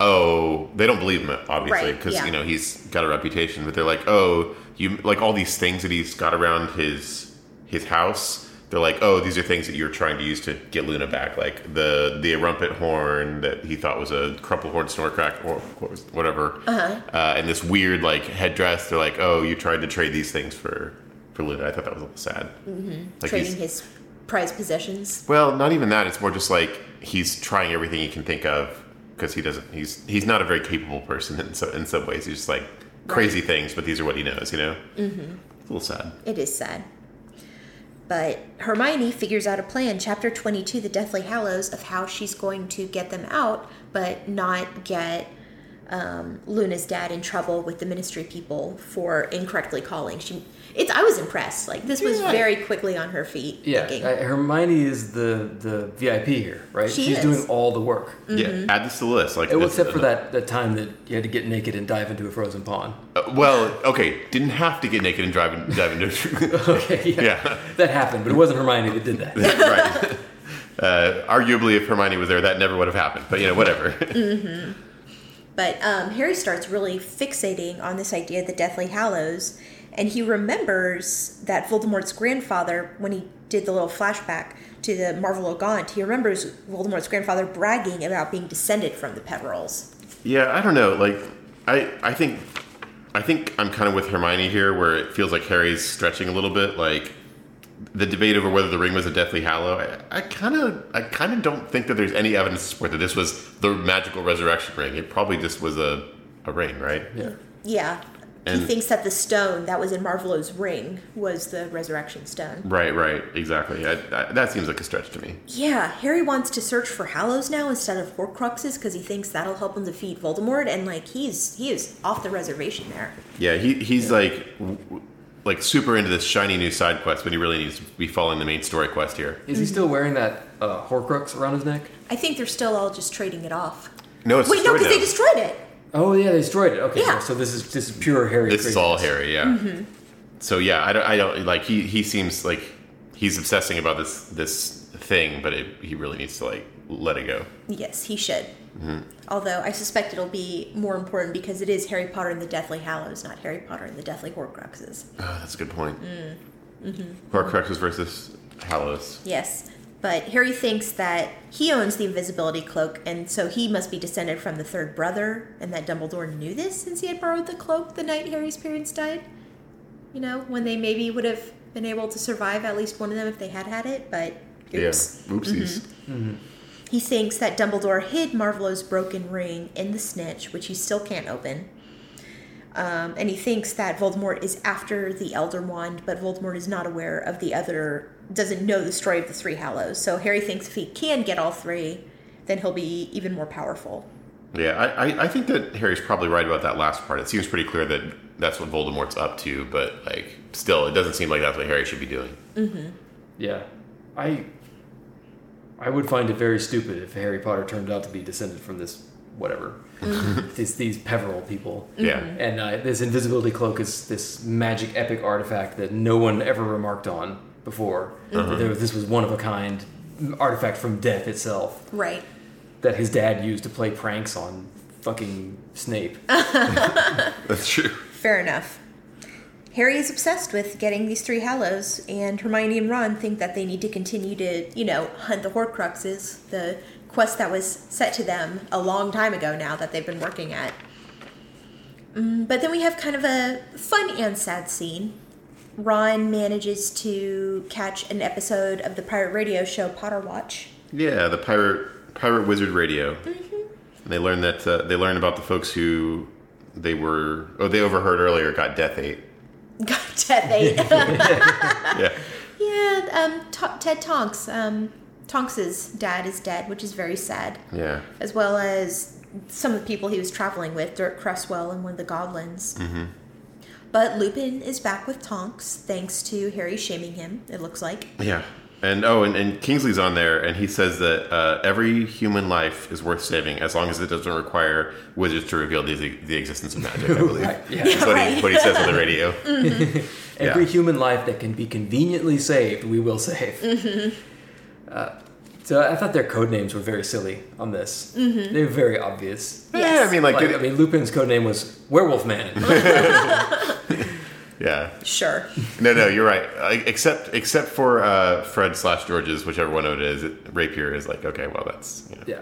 Speaker 2: oh they don't believe him obviously
Speaker 1: Right,
Speaker 2: because
Speaker 1: yeah.
Speaker 2: you know he's got a reputation but they're like oh you like all these things that he's got around his his house they're like oh these are things that you're trying to use to get luna back like the the rumpet horn that he thought was a crumple horn snorcrack or or whatever
Speaker 1: Uh-huh.
Speaker 2: uh and this weird like headdress they're like oh you tried to trade these things for for luna i thought that was a little sad mm-hmm. like
Speaker 1: trading
Speaker 2: he's-
Speaker 1: his prized possessions.
Speaker 2: well, not even that. It's more just like he's trying everything he can think of because he doesn't. He's he's not a very capable person in so in some ways. He's just like crazy things, but these are what he knows. You know, mm-hmm. a little sad.
Speaker 1: It is sad. But Hermione figures out a plan, chapter 22, The Deathly Hallows, of how she's going to get them out, but not get um, Luna's dad in trouble with the ministry people for incorrectly calling. She, it's, I was impressed. Like, this was
Speaker 2: Yeah.
Speaker 1: very quickly on her feet.
Speaker 3: Yeah,
Speaker 1: thinking.
Speaker 3: I- Hermione is the the VIP here, right?
Speaker 1: She is.
Speaker 3: She's doing all the work.
Speaker 2: Yeah, add this to the list. Like,
Speaker 3: Well,
Speaker 2: this-
Speaker 3: except for that, that time that you had to get naked and dive into a frozen pond.
Speaker 2: Uh, well, okay, didn't have to get naked and drive and dive into.
Speaker 3: Okay, yeah.
Speaker 2: Oh, yeah,
Speaker 3: That happened, but it wasn't Hermione that did that.
Speaker 2: right. Uh, arguably, if Hermione was there, that never would have happened. But you know, whatever.
Speaker 1: But um, Harry starts really fixating on this idea of the Deathly Hallows, and he remembers that Voldemort's grandfather, when he did the little flashback to the Marvel Gaunt, he remembers Voldemort's grandfather bragging about being descended from the Peverils.
Speaker 2: Yeah, I don't know. Like, I I think I think I'm kind of with Hermione here, where it feels like Harry's stretching a little bit. Like the debate over whether the ring was a Deathly Hallow. I- I kind of I kind of don't think that there's any evidence to support that this was the magical resurrection ring. It probably just was a a ring, right?
Speaker 3: Yeah.
Speaker 1: Yeah. he
Speaker 2: And-
Speaker 1: thinks that the stone that was in Marvelo's ring was the resurrection stone.
Speaker 2: Right, right, exactly. I, I, that seems like a stretch to me.
Speaker 1: Yeah, Harry wants to search for Hallows now instead of Horcruxes because he thinks that'll help him defeat Voldemort, and like he's he is off the reservation there.
Speaker 2: Yeah, he he's like w- w- like super into this shiny new side quest, but he really needs to be following the main story quest here.
Speaker 3: Is he still wearing that uh, Horcrux around his neck?
Speaker 1: I think they're still all just trading it off.
Speaker 2: No, it's
Speaker 1: Wait, no,
Speaker 2: destroyed
Speaker 1: because they
Speaker 2: now.
Speaker 1: destroyed it.
Speaker 3: Oh yeah, they destroyed it. Okay,
Speaker 1: Yeah.
Speaker 3: so this is this is pure Harry.
Speaker 2: This is
Speaker 3: craziness.
Speaker 2: all Harry, yeah. So yeah, I don't, I don't like he he seems like he's obsessing about this this thing, but it, he really needs to like let it go.
Speaker 1: Yes, he should. Although I suspect it'll be more important because it is Harry Potter and the Deathly Hallows, not Harry Potter and the Deathly Horcruxes.
Speaker 2: Oh, that's a good point. Horcruxes versus Hallows.
Speaker 1: Yes, but Harry thinks that he owns the invisibility cloak, and so he must be descended from the third brother, and that Dumbledore knew this since he had borrowed the cloak the night Harry's parents died. You know, when they maybe would have been able to survive at least one of them if they had had it, but oops.
Speaker 2: Yeah, oopsies.
Speaker 1: He thinks that Dumbledore hid Marvelo's broken ring in the snitch, which he still can't open. Um, and he thinks that Voldemort is after the Elder Wand, but Voldemort is not aware of the other, doesn't know the story of the Three Hallows. So Harry thinks if he can get all three, then he'll be even more powerful.
Speaker 2: Mm-hmm. Yeah, I, I I think that Harry's probably right about that last part. It seems pretty clear that that's what Voldemort's up to, but like still, it doesn't seem like that's what Harry should be doing.
Speaker 3: Yeah, I I would find it very stupid if Harry Potter turned out to be descended from this whatever these these Peveril people.
Speaker 2: Mm-hmm. Yeah,
Speaker 3: And uh, this invisibility cloak is this magic epic artifact that no one ever remarked on before. There- this was one of a kind artifact from death itself
Speaker 1: Right.
Speaker 3: that his dad used to play pranks on fucking Snape.
Speaker 2: that's true.
Speaker 1: Fair enough. Harry is obsessed with getting these three Hallows, and Hermione and Ron think that they need to continue to, you know, hunt the Horcruxes, the quest that was set to them a long time ago now that they've been working at. Mm, but then we have kind of a fun and sad scene. Ron manages to catch an episode of the pirate radio show Potter Watch.
Speaker 2: Yeah, the pirate pirate wizard radio. And they learned that uh, they learned about the folks who they were oh they overheard earlier got Death Eight.
Speaker 1: God, Death Eight.
Speaker 2: Yeah,
Speaker 1: yeah, um, To- Ted Tonks, um, Tonks's dad is dead, which is very sad.
Speaker 2: yeah,
Speaker 1: as well as some of the people he was traveling with, Dirk Cresswell and one of the goblins. But Lupin is back with Tonks, thanks to Harry shaming him, it looks like.
Speaker 2: yeah. And oh, and, and Kingsley's on there, and he says that uh, every human life is worth saving as long as it doesn't require wizards to reveal the, the existence of magic. I believe
Speaker 3: Right, yeah.
Speaker 2: that's what, he,
Speaker 1: Right.
Speaker 2: what he says on the radio.
Speaker 3: Every
Speaker 2: Yeah.
Speaker 3: human life that can be conveniently saved, we will save. Uh, so I thought their code names were very silly on this. They're very obvious.
Speaker 2: Yeah, I mean, like,
Speaker 3: Like,
Speaker 2: it-
Speaker 3: I mean, Lupin's code name was Werewolf Man.
Speaker 2: yeah.
Speaker 1: Sure.
Speaker 2: No, no, you're right. Like, except except for uh, Fred slash George's, whichever one it is, it, Rapier is like okay, well that's you know.
Speaker 3: yeah,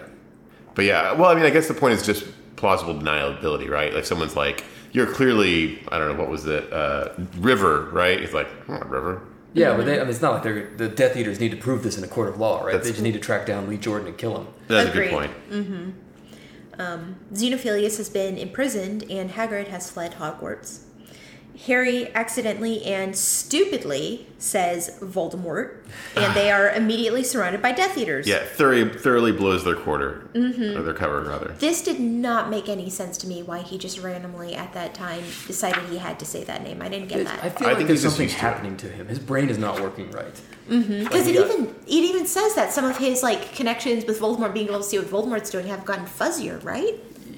Speaker 2: But yeah, well, I mean, I guess the point is just plausible deniability, right? Like someone's like, you're clearly, I don't know, what was it, uh, River, right? It's like, "I'm not River.
Speaker 3: yeah. But they, I mean, it's not like they're the Death Eaters need to prove this in a court of law, right?
Speaker 2: That's-
Speaker 3: they just need to track down Lee Jordan and kill him.
Speaker 2: That's a
Speaker 1: Agreed.
Speaker 2: good point.
Speaker 1: Xenophilius has been imprisoned and Hagrid has fled Hogwarts. Harry accidentally and stupidly says Voldemort, and they are immediately surrounded by Death Eaters.
Speaker 2: Yeah, thoroughly, thoroughly blows their quarter, or their cover, rather.
Speaker 1: This did not make any sense to me why he just randomly at that time decided he had to say that name. I didn't get
Speaker 3: It's- I
Speaker 1: that.
Speaker 3: feel
Speaker 2: I
Speaker 3: like
Speaker 2: think
Speaker 3: there's
Speaker 2: he's just
Speaker 3: something
Speaker 2: used to it.
Speaker 3: happening to him. His brain is not working right.
Speaker 1: Because
Speaker 3: he
Speaker 1: Mm-hmm. it
Speaker 3: got-
Speaker 1: even it even says that some of his like connections with Voldemort being able to see what Voldemort's doing have gotten fuzzier, right?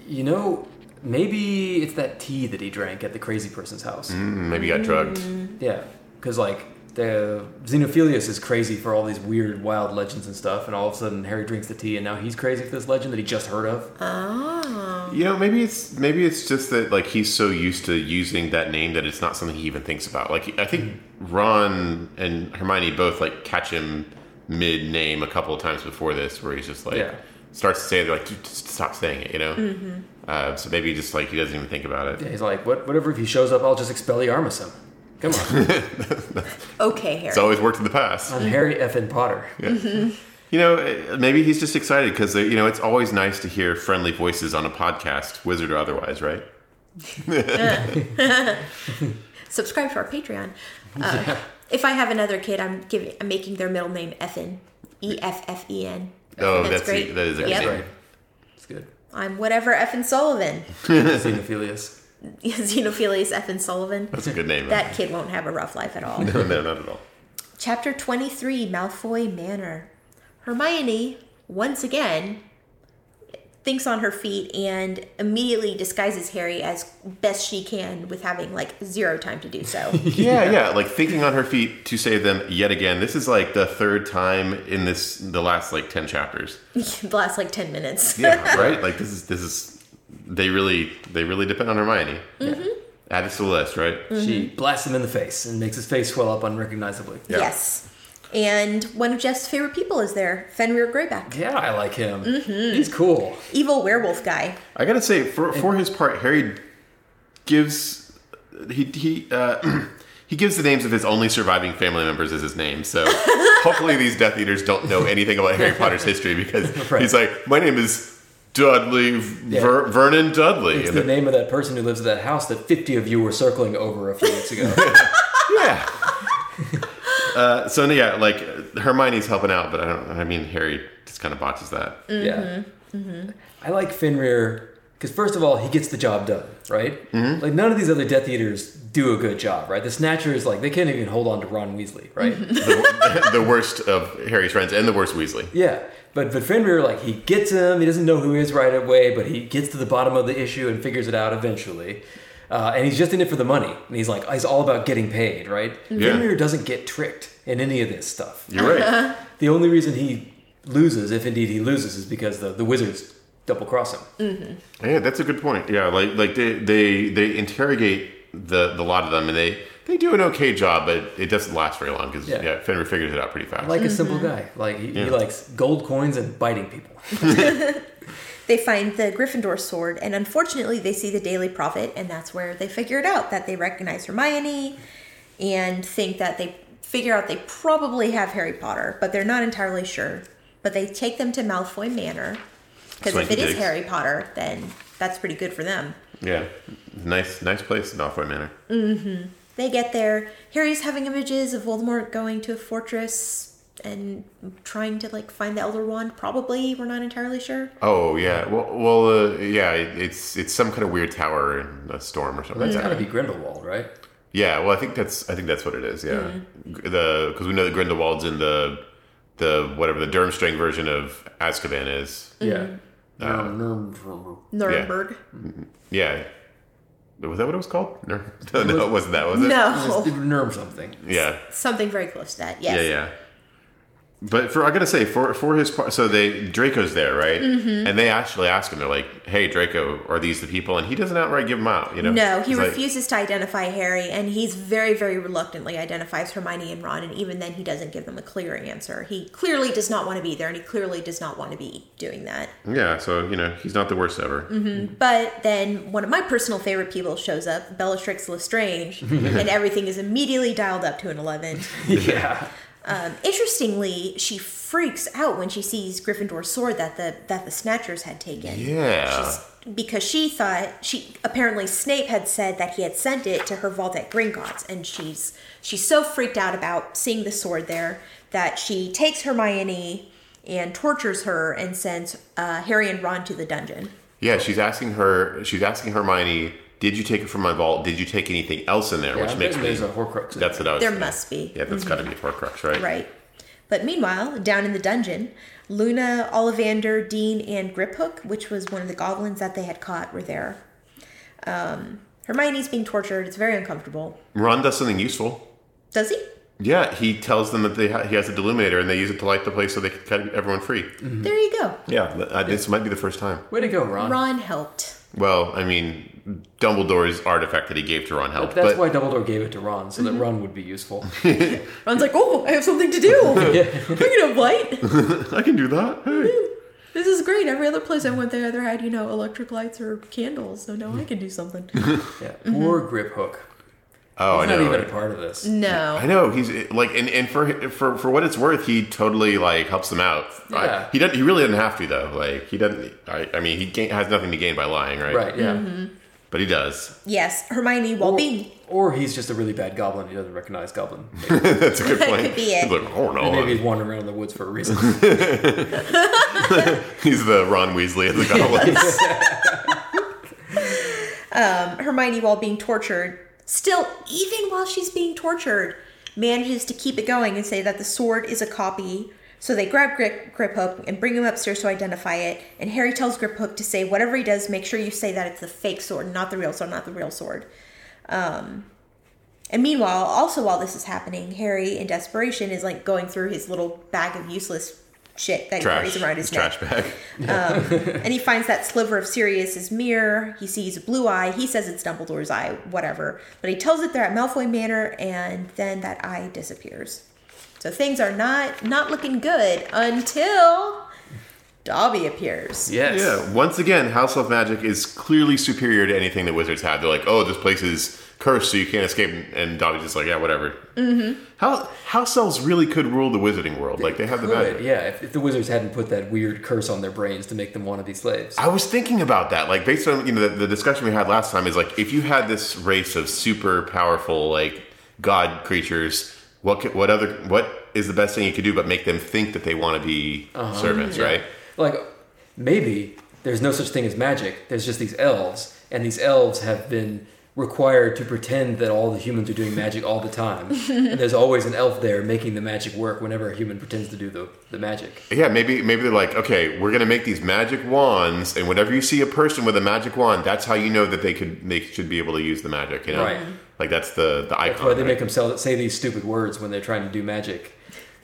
Speaker 3: You know, maybe it's that tea that he drank at the crazy person's house.
Speaker 2: Mm, Maybe got drugged.
Speaker 3: Yeah, because like the Xenophilius is crazy for all these weird, wild legends and stuff, and all of a sudden Harry drinks the tea, and now he's crazy for this legend that he just heard of.
Speaker 1: Uh. Oh.
Speaker 2: You know, maybe it's maybe it's just that like he's so used to using that name that it's not something he even thinks about. Like I think Ron and Hermione both like catch him mid name a couple of times before this, where he's just like
Speaker 3: Yeah.
Speaker 2: starts to say it, they're like, "Dude, just stop saying it," you know. Mm-hmm. Uh, so maybe just like he doesn't even think about
Speaker 3: And
Speaker 2: it.
Speaker 3: he's like, what? Whatever. If he shows up, I'll just expelliarmus him. Come on,
Speaker 1: Okay, Harry.
Speaker 2: It's always worked in the past.
Speaker 3: I'm Harry effing Potter.
Speaker 2: You know, eh, maybe he's just excited because you know it's always nice to hear friendly voices on a podcast, wizard or otherwise, right?
Speaker 1: subscribe to our Patreon. Uh, If I have another kid, I'm giving, I'm making their middle name Effin, E F F E N.
Speaker 2: oh,
Speaker 1: that's
Speaker 2: that's, the-
Speaker 1: great.
Speaker 2: that is a good
Speaker 1: Yep.
Speaker 2: name.
Speaker 3: Right. It's good.
Speaker 1: I'm whatever Effin Sullivan,
Speaker 3: Xenophilius.
Speaker 1: Xenophilius Effin Sullivan.
Speaker 2: That's a good name.
Speaker 1: That kid won't have a rough life at all.
Speaker 2: no, no, not at all.
Speaker 1: Chapter 23 Malfoy Manor. Hermione, once again, thinks on her feet and immediately disguises Harry as best she can with having like zero time to do so.
Speaker 2: yeah, yeah, like thinking on her feet to save them yet again. This is like the third time in this the last like ten chapters.
Speaker 1: the last like 10 minutes.
Speaker 2: Yeah, right. Like this is this is they really they really depend on Hermione.
Speaker 3: Mm-hmm.
Speaker 2: Add this to the list, right?
Speaker 3: She blasts him in the face and makes his face swell up unrecognizably.
Speaker 2: Yeah.
Speaker 1: Yes. And one of Jeff's favorite people is there, Fenrir Greyback,
Speaker 3: Yeah, I like him. He's cool.
Speaker 1: evil werewolf guy.
Speaker 2: I gotta say, for for his part, Harry gives he he. Uh, He gives the names of his only surviving family members as his name, so hopefully these Death Eaters don't know anything about Harry Potter's history because
Speaker 3: Right.
Speaker 2: he's like, my name is Dudley Ver- Vernon Dudley.
Speaker 3: It's
Speaker 2: And
Speaker 3: the
Speaker 2: they're-
Speaker 3: name of that person who lives at that house that 50 of you were circling over a few weeks ago.
Speaker 2: yeah. uh, so no, yeah, like Hermione's helping out, but I don't. I mean, Harry just kind of botches that.
Speaker 3: Yeah. I like Finrear because, first of all, he gets the job done, right? Like, none of these other Death Eaters do a good job, right? The Snatcher is like, they can't even hold on to Ron Weasley, right?
Speaker 2: The, the worst of Harry's friends and the worst Weasley.
Speaker 3: yeah. But, but Finrear, like, he gets him. He doesn't know who he is right away, but he gets to the bottom of the issue and figures it out eventually. Uh, and he's just in it for the money. And he's like, he's all about getting paid, right?
Speaker 2: Yeah.
Speaker 3: Finrear doesn't get tricked in any of this stuff.
Speaker 2: You're right.
Speaker 3: The only reason he loses, if indeed he loses, is because the, the wizards double cross him.
Speaker 2: Yeah, that's a good point. Yeah, like like they they they interrogate the the lot of them, and they they do an okay job, but it doesn't last very long because
Speaker 3: Yeah.
Speaker 2: yeah. Fenrir figures it out pretty fast.
Speaker 3: like a simple guy. Like he,
Speaker 2: Yeah.
Speaker 3: he likes gold coins and biting people.
Speaker 1: They find the Gryffindor sword, and unfortunately, they see the Daily Prophet, and that's where they figure it out that they recognize Hermione and think that they figure out they probably have Harry Potter, but they're not entirely sure. But they take them to Malfoy Manor because if
Speaker 2: Swanky
Speaker 1: it is
Speaker 2: digs.
Speaker 1: Harry Potter, then that's pretty good for them.
Speaker 2: yeah, nice nice place, Malfoy Manor.
Speaker 1: They get there. Harry's having images of Voldemort going to a fortress and trying to like find the Elder Wand. Probably, we're not entirely sure.
Speaker 2: Oh yeah, well, well uh, yeah, it- it's it's some kind of weird tower in a storm or something.
Speaker 3: That's
Speaker 2: That's
Speaker 3: gotta be Grindelwald, right?
Speaker 2: Yeah, well, I think that's I think that's what it is. Yeah, G the because we know that Grindelwald's in the the whatever the Durmstrang version of Azkaban is.
Speaker 3: Yeah.
Speaker 1: Nuremberg.
Speaker 2: Yeah. Was that what it was called? No, no, it wasn't that, was it?
Speaker 1: No.
Speaker 3: Nerm something.
Speaker 2: Yeah.
Speaker 1: Something very close to that. Yes.
Speaker 2: Yeah, yeah. But for I gotta say for for his part, so they Draco's there, right? Mm-hmm. And they actually ask him, they're like, "Hey, Draco, are these the people?" And he doesn't outright give them out, you know.
Speaker 1: No, he
Speaker 2: He's like,
Speaker 1: refuses to identify Harry, and he's very, very reluctantly identifies Hermione and Ron, and even then, he doesn't give them a clear answer. He clearly does not want to be there, and he clearly does not want to be doing that.
Speaker 2: yeah, so you know he's not the worst ever.
Speaker 1: But then, one of my personal favorite people shows up, Bellatrix Lestrange, and everything is immediately dialed up to an 11.
Speaker 3: Yeah.
Speaker 1: Um, interestingly, she freaks out when she sees Gryffindor's sword that the that the Snatchers had taken.
Speaker 2: Yeah.
Speaker 1: She's, because she thought she apparently Snape had said that he had sent it to her vault at Gringotts, and she's she's so freaked out about seeing the sword there that she takes Hermione and tortures her and sends uh, Harry and Ron to the dungeon.
Speaker 2: Yeah, she's asking her. She's asking Hermione, "Did you take it from my vault? Did you take anything else in there?"
Speaker 3: Yeah,
Speaker 2: Which
Speaker 3: I
Speaker 2: makes
Speaker 3: bet
Speaker 2: me.
Speaker 3: there's a Horcrux. in
Speaker 2: that's what I was.
Speaker 1: There
Speaker 2: thinking.
Speaker 1: must be.
Speaker 2: Yeah, that's got to be a Horcrux, right?
Speaker 1: Right. But meanwhile, down in the dungeon, Luna, Ollivander, Dean, and Griphook, which was one of the goblins that they had caught, were there. Um, Hermione's being tortured. It's very uncomfortable.
Speaker 2: Ron does something useful.
Speaker 1: Does he?
Speaker 2: Yeah, he tells them that they ha- he has a deluminator and they use it to light the place so they can cut everyone free.
Speaker 3: Mm-hmm.
Speaker 1: There you go.
Speaker 2: Yeah, th- uh, this might be the first time.
Speaker 3: Way to go, Ron.
Speaker 1: Ron helped.
Speaker 2: Well, I mean, Dumbledore's artifact that he gave to Ron helped,
Speaker 3: That's
Speaker 2: but
Speaker 3: why Dumbledore gave it to Ron, so that Ron would be useful.
Speaker 1: Ron's like, oh, I have something to do. I can have light.
Speaker 2: I can do that. Hey.
Speaker 1: This is great. Every other place I went, they either had, you know, electric lights or candles. So now I can do something.
Speaker 3: Yeah. Poor Grip Hook.
Speaker 2: Oh, I
Speaker 3: He's not
Speaker 2: know.
Speaker 3: even a
Speaker 2: right?
Speaker 3: part of this.
Speaker 1: No.
Speaker 2: I know he's like, and, and for for for what it's worth, he totally like helps them out. I-
Speaker 3: Yeah.
Speaker 2: he doesn't. He really doesn't have to though. Like he doesn't. I, I mean, he gain, has nothing to gain by lying, right?
Speaker 3: Right, yeah.
Speaker 2: But he does.
Speaker 1: Yes, Hermione,
Speaker 3: Oh.
Speaker 1: while being.
Speaker 3: Or he's just a really bad goblin. He doesn't recognize goblin.
Speaker 2: That's a good
Speaker 1: That
Speaker 2: point.
Speaker 1: could be it.
Speaker 2: He's like, oh no,
Speaker 3: Maybe he's wandering around the woods for a reason.
Speaker 2: he's the Ron Weasley of the goblins.
Speaker 1: Hermione while being tortured, still, even while she's being tortured, manages to keep it going and say that the sword is a copy. So they grab Grip, Grip Hook and bring him upstairs to identify it. And Harry tells Grip Hook to say, whatever he does, make sure you say that it's the fake sword, not the real sword, not the real sword. Um, and meanwhile, also while this is happening, Harry, in desperation, is like going through his little bag of useless shit that he
Speaker 2: trash.
Speaker 1: carries around his
Speaker 2: It's
Speaker 1: neck.
Speaker 2: trash bag.
Speaker 1: And he finds that sliver of Sirius's mirror. He sees a blue eye. He says it's Dumbledore's eye, whatever. But he tells it they're at Malfoy Manor, and then that eye disappears. So things are not not looking good until Dobby appears.
Speaker 3: yes.
Speaker 2: Yeah. Once again, House of Magic is clearly superior to anything that wizards have. They're like, oh, this place is cursed, so you can't escape. And Dobby's just like, yeah, whatever. Mm-hmm. How house elves really could rule the wizarding world. Like they have the magic.
Speaker 3: Good, yeah. If, if the wizards hadn't put that weird curse on their brains to make them want to be slaves.
Speaker 2: I was thinking about that, like based on you know the, the discussion we had last time is like if you had this race of super powerful like god creatures, what could, what other what is the best thing you could do but make them think that they want to be
Speaker 3: Uh-huh.
Speaker 2: servants, right?
Speaker 3: like maybe there's no such thing as magic there's just these elves and these elves have been required to pretend that all the humans are doing magic all the time and there's always an elf there making the magic work whenever a human pretends to do the, the magic
Speaker 2: Yeah, maybe maybe they're like, okay, we're gonna make these magic wands, and whenever you see a person with a magic wand, that's how you know that they could they should be able to use the magic, you know?
Speaker 3: Right.
Speaker 2: Like that's the the icon.
Speaker 3: that's why they
Speaker 2: right?
Speaker 3: make them sell, say these stupid words when they're trying to do magic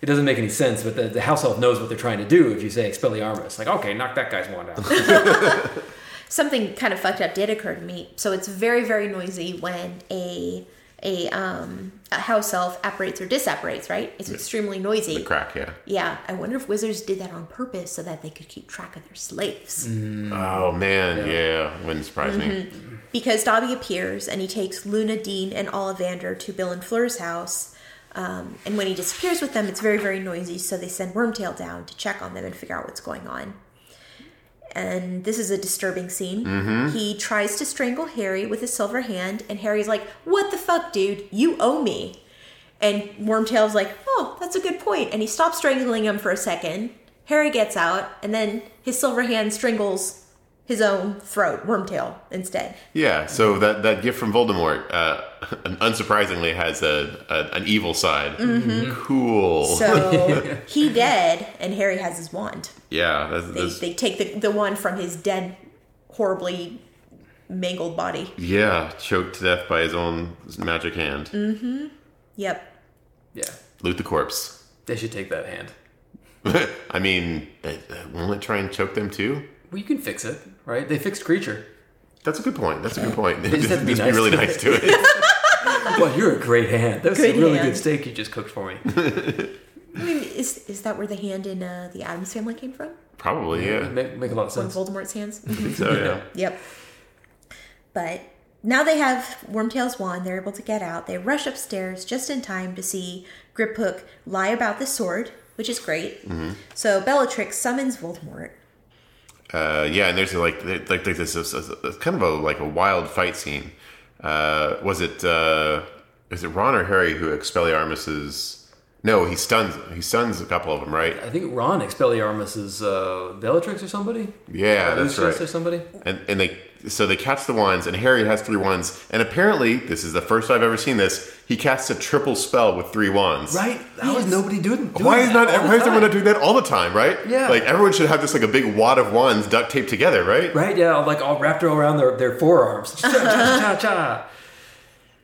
Speaker 3: it doesn't make any sense but the, the house elf knows what they're trying to do if you say expelliarmus like okay knock that guy's wand out
Speaker 1: Something kind of fucked up did occur to me. So it's very very noisy when a a um a house elf apparates or disapparates. Right? It's extremely noisy.
Speaker 2: crack, yeah.
Speaker 1: Yeah, I wonder if wizards did that on purpose so that they could keep track of their slaves.
Speaker 3: Mm-hmm.
Speaker 2: Oh man, yeah, wouldn't surprise me.
Speaker 1: Because Dobby appears and he takes Luna, Dean, and Ollivander to Bill and Fleur's house. Um, and when he disappears with them, it's very, very noisy, so they send Wormtail down to check on them and figure out what's going on. And this is a disturbing scene. He tries to strangle Harry with his silver hand, and Harry's like, What the fuck, dude? You owe me. And Wormtail's like, Oh, that's a good point. And he stops strangling him for a second. Harry gets out, and then his silver hand strangles his own throat, Wormtail, instead.
Speaker 2: Yeah, so that, that gift from Voldemort, uh, unsurprisingly, has a, a an evil side.
Speaker 3: Mm-hmm.
Speaker 2: Cool.
Speaker 1: So he dead, and Harry has his wand.
Speaker 2: yeah, that's,
Speaker 1: They,
Speaker 2: that's,
Speaker 1: they take the, the one from his dead, horribly mangled body.
Speaker 2: yeah, choked to death by his own magic hand.
Speaker 3: Mm.
Speaker 1: Yep.
Speaker 3: Yeah,
Speaker 2: Loot the corpse.
Speaker 3: they should take that hand.
Speaker 2: I mean, uh, uh, won't it try and choke them too?
Speaker 3: Well, you can fix it, right? They fixed creature.
Speaker 2: That's a good point. That's a good point.
Speaker 3: just have to be
Speaker 2: Just
Speaker 3: nice
Speaker 2: really
Speaker 3: to
Speaker 2: nice to it.
Speaker 3: Well, you're a great hand. That's a
Speaker 1: Good
Speaker 3: really
Speaker 1: hand.
Speaker 3: good steak you just cooked for me.
Speaker 1: I mean, is, is that where the hand in uh, the Adams family came from?
Speaker 2: Probably, yeah.
Speaker 3: make, make a lot of
Speaker 1: One of
Speaker 3: sense.
Speaker 1: Voldemort's hands?
Speaker 2: I think so, yeah.
Speaker 1: Yep. But now they have Wormtail's wand. They're able to get out. They rush upstairs just in time to see Griphook lie about the sword, which is great. So Bellatrix summons Voldemort.
Speaker 2: Uh, yeah, and there's like there- like there's this, this, this- this kind of a like a wild fight scene. Uh, was it uh, is it Ron or Harry who Expelliarmus's? No, he stuns he stuns a couple of them, right?
Speaker 3: I think Ron Expelliarmus is uh, Bellatrix or somebody.
Speaker 2: Yeah, that's
Speaker 3: Lucius or
Speaker 2: right.
Speaker 3: somebody.
Speaker 2: And and they so they catch the wands, and Harry has three wands, and apparently this is the first I've ever seen this. He casts a triple spell with three wands.
Speaker 3: Right? How is
Speaker 1: Yes.
Speaker 3: nobody doing? doing
Speaker 2: Why is
Speaker 3: that
Speaker 2: not
Speaker 3: all the
Speaker 2: why is everyone
Speaker 3: time?
Speaker 2: not doing that all the time, right?
Speaker 3: Yeah.
Speaker 2: Like everyone should have just like a big wad of wands duct taped together, right?
Speaker 3: Right, yeah, like all wrapped around their, their forearms. Cha, cha, cha, cha.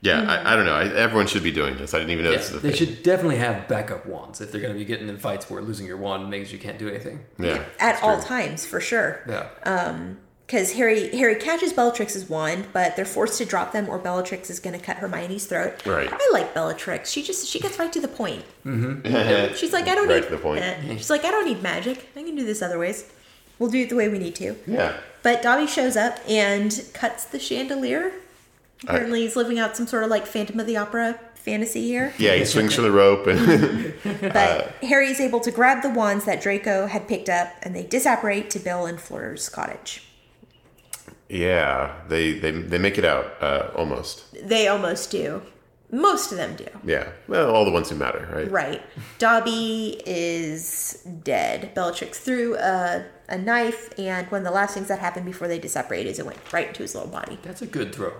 Speaker 2: Yeah, I, I don't know. I, everyone should be doing this. I didn't even know
Speaker 3: Yeah,
Speaker 2: this is a
Speaker 3: they
Speaker 2: thing.
Speaker 3: should definitely have backup wands if they're going to be getting in fights where losing your wand means you can't do anything. Uh,
Speaker 2: yeah.
Speaker 1: At all times, for sure.
Speaker 3: Yeah.
Speaker 1: Because Harry Harry catches Bellatrix's wand, but they're forced to drop them, or Bellatrix is going to cut Hermione's throat.
Speaker 2: Right.
Speaker 1: I like Bellatrix. She just she gets right to the point. She's like, I don't
Speaker 2: Right
Speaker 1: need
Speaker 2: to the point.
Speaker 1: eh. She's like, I don't need magic. I can do this other ways. We'll do it the way we need to.
Speaker 2: Yeah.
Speaker 1: But Dobby shows up and cuts the chandelier. Apparently, he's living out some sort of like Phantom of the Opera fantasy here.
Speaker 2: Yeah, he swings for the rope and
Speaker 1: But Harry is able to grab the wands that Draco had picked up, and they disapparate to Bill and Fleur's cottage.
Speaker 2: Yeah. They they they make it out, uh, almost.
Speaker 1: They almost do. Most of them do.
Speaker 2: Yeah. Well, all the ones who matter, right?
Speaker 1: Right. Dobby is dead. Bellatrix threw a, a knife, and one of the last things that happened before they disapparate is it went right into his little body.
Speaker 3: That's a good throw.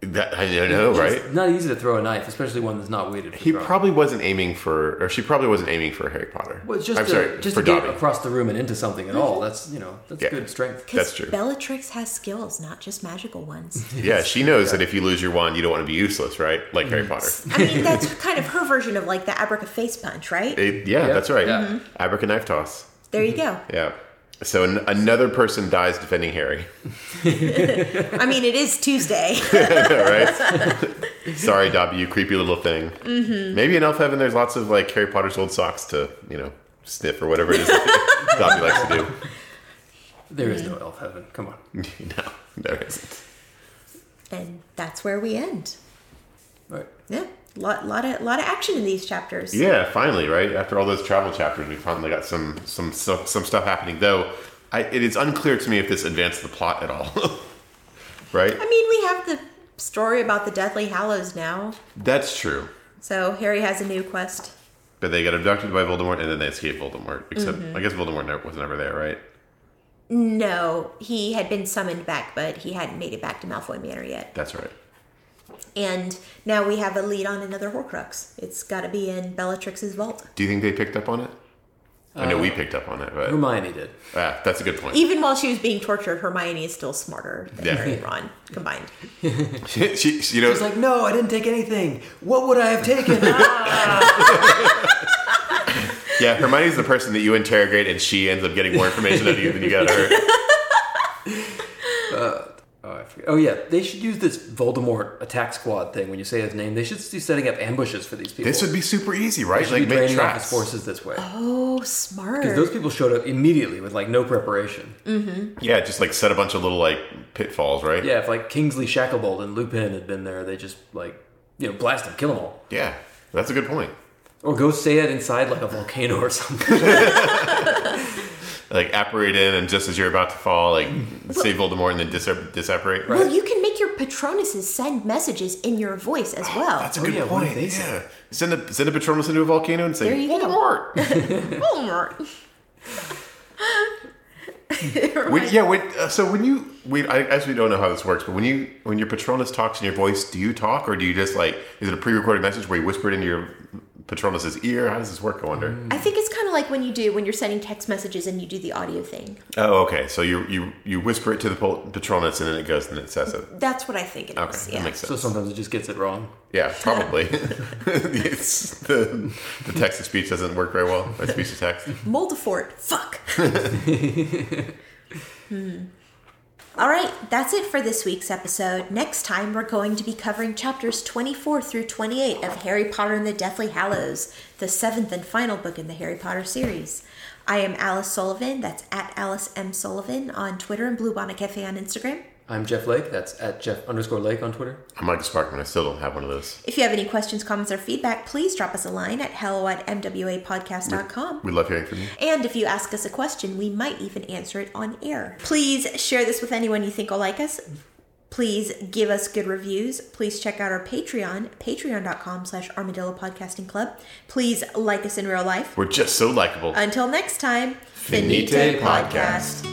Speaker 2: That I don't know, Oh, right?
Speaker 3: It's not easy to throw a knife, especially one that's not weighted. For
Speaker 2: He
Speaker 3: throwing.
Speaker 2: probably wasn't aiming for or she probably wasn't aiming for Harry Potter.
Speaker 3: Well, it's just
Speaker 2: I'm
Speaker 3: to,
Speaker 2: sorry,
Speaker 3: just
Speaker 2: for
Speaker 3: to get
Speaker 2: Dobby.
Speaker 3: across the room and into something at all. That's you know that's
Speaker 2: Yeah.
Speaker 3: good strength.
Speaker 1: 'Cause
Speaker 2: That's true.
Speaker 1: Bellatrix has skills, not just magical ones.
Speaker 2: Yeah, she knows that if you lose your wand, you don't want to be useless, right? Like
Speaker 3: Mm-hmm.
Speaker 2: Harry Potter.
Speaker 1: I mean, that's kind of her version of like the abraca face punch, right?
Speaker 2: It- yeah,
Speaker 3: Yeah.
Speaker 2: that's right.
Speaker 3: Yeah.
Speaker 2: Abraca knife toss.
Speaker 1: There you go.
Speaker 2: Yeah. So an- another person dies defending Harry,
Speaker 1: I mean, it is Tuesday.
Speaker 2: right? Sorry, Dobby, you creepy little thing. Mm-hmm. Maybe in Elf Heaven, there's lots of like Harry Potter's old socks to you know sniff or whatever it is that Dobby likes to do.
Speaker 3: There is no elf heaven. Come on.
Speaker 2: no, there isn't.
Speaker 1: and that's where we end.
Speaker 3: All right.
Speaker 1: Yeah. Lot, lot, of, lot of action in these chapters.
Speaker 2: Yeah, finally, right? After all those travel chapters, we finally got some some some, some stuff happening. Though I, it is unclear to me if this advanced the plot at all. right?
Speaker 1: I mean, we have the story about the Deathly Hallows now.
Speaker 2: That's true.
Speaker 1: So Harry has a new quest.
Speaker 2: But they got abducted by Voldemort and then they escaped Voldemort. Except I guess Voldemort never, was never there, right?
Speaker 1: No, he had been summoned back, but he hadn't made it back to Malfoy Manor yet.
Speaker 2: That's right.
Speaker 1: And now we have a lead on another Horcrux. It's got to be in Bellatrix's vault.
Speaker 2: Do you think they picked up on it? I know we picked up on it, but
Speaker 3: Hermione did.
Speaker 2: ah, that's a good point.
Speaker 1: Even while she was being tortured, Hermione is still smarter than
Speaker 2: Yeah.
Speaker 1: Harry and Ron combined.
Speaker 2: she, she- you know,
Speaker 3: She's like, no, I didn't take anything. What would I have taken? Ah!
Speaker 2: yeah, Hermione's the person that you interrogate, and she ends up getting more information out of you than you got out of her.
Speaker 3: oh, I forget. oh yeah, they should use this Voldemort attack squad thing when you say his name. They should be setting up ambushes for these people.
Speaker 2: This would be super easy,
Speaker 3: They
Speaker 2: right?
Speaker 3: should
Speaker 2: Like
Speaker 3: be
Speaker 2: make
Speaker 3: draining off his
Speaker 2: traps.
Speaker 3: forces this way.
Speaker 1: Oh,
Speaker 3: Because
Speaker 1: smart.
Speaker 3: those people showed up immediately with like no preparation.
Speaker 2: Yeah, just like set a bunch of little like pitfalls, right?
Speaker 3: Yeah, if like Kingsley Shacklebolt and Lupin had been there, they just like you know blast them, kill them all,
Speaker 2: Yeah, that's a good point.
Speaker 3: or go stay it inside like a volcano or something.
Speaker 2: Like apparate in, and just as you're about to fall, like save Voldemort and then dis- disapparate.
Speaker 1: Well, you can make your Patronuses send messages in your voice as well.
Speaker 2: Ah, That's a
Speaker 3: Oh,
Speaker 2: good
Speaker 3: yeah, what
Speaker 2: point.
Speaker 3: did they say?
Speaker 2: Yeah, send a send a Patronus into a volcano and say
Speaker 1: There you go.
Speaker 2: Voldemort.
Speaker 1: Homework.
Speaker 2: When, yeah. When, uh, so when you, we, I actually don't know how this works, but when you, when your patronus talks in your voice, do you talk or do you just like, is it a pre-recorded message where you whisper it into your patronus's ear? How does this work? I wonder.
Speaker 1: I think it's kind of like when you do when you're sending text messages and you do the audio thing.
Speaker 2: Oh, okay. So you, you, you whisper it to the pol- patronus and then it goes and it says it.
Speaker 1: That's what I think it is.
Speaker 2: Okay.
Speaker 1: Yeah.
Speaker 2: That makes sense.
Speaker 3: So sometimes it just gets it wrong.
Speaker 2: Yeah, probably. it's the the text to speech doesn't work very well. Or speech to text.
Speaker 1: Moldafort. Fuck. hmm. All right, that's it for this week's episode. Next time, we're going to be covering chapters 24 through 28 of Harry Potter and the Deathly Hallows, the seventh and final book in the Harry Potter series. I am Alice Sullivan. That's at Alice M. Sullivan on Twitter and Blue Bonnet Cafe on Instagram.
Speaker 3: I'm Jeff Lake. That's at Jeff underscore Lake on Twitter.
Speaker 2: I'm Michael Sparkman. I still don't have one of those.
Speaker 1: If you have any questions, comments, or feedback, please drop us a line at hello at mwapodcast.com.
Speaker 2: We love hearing from you.
Speaker 1: And if you ask us a question, we might even answer it on air. Please share this with anyone you think will like us. Please give us good reviews. Please check out our Patreon, patreon.com slash armadillo podcasting club. Please like us in real life.
Speaker 2: We're just so likable.
Speaker 1: Until next time,
Speaker 2: Finite podcast.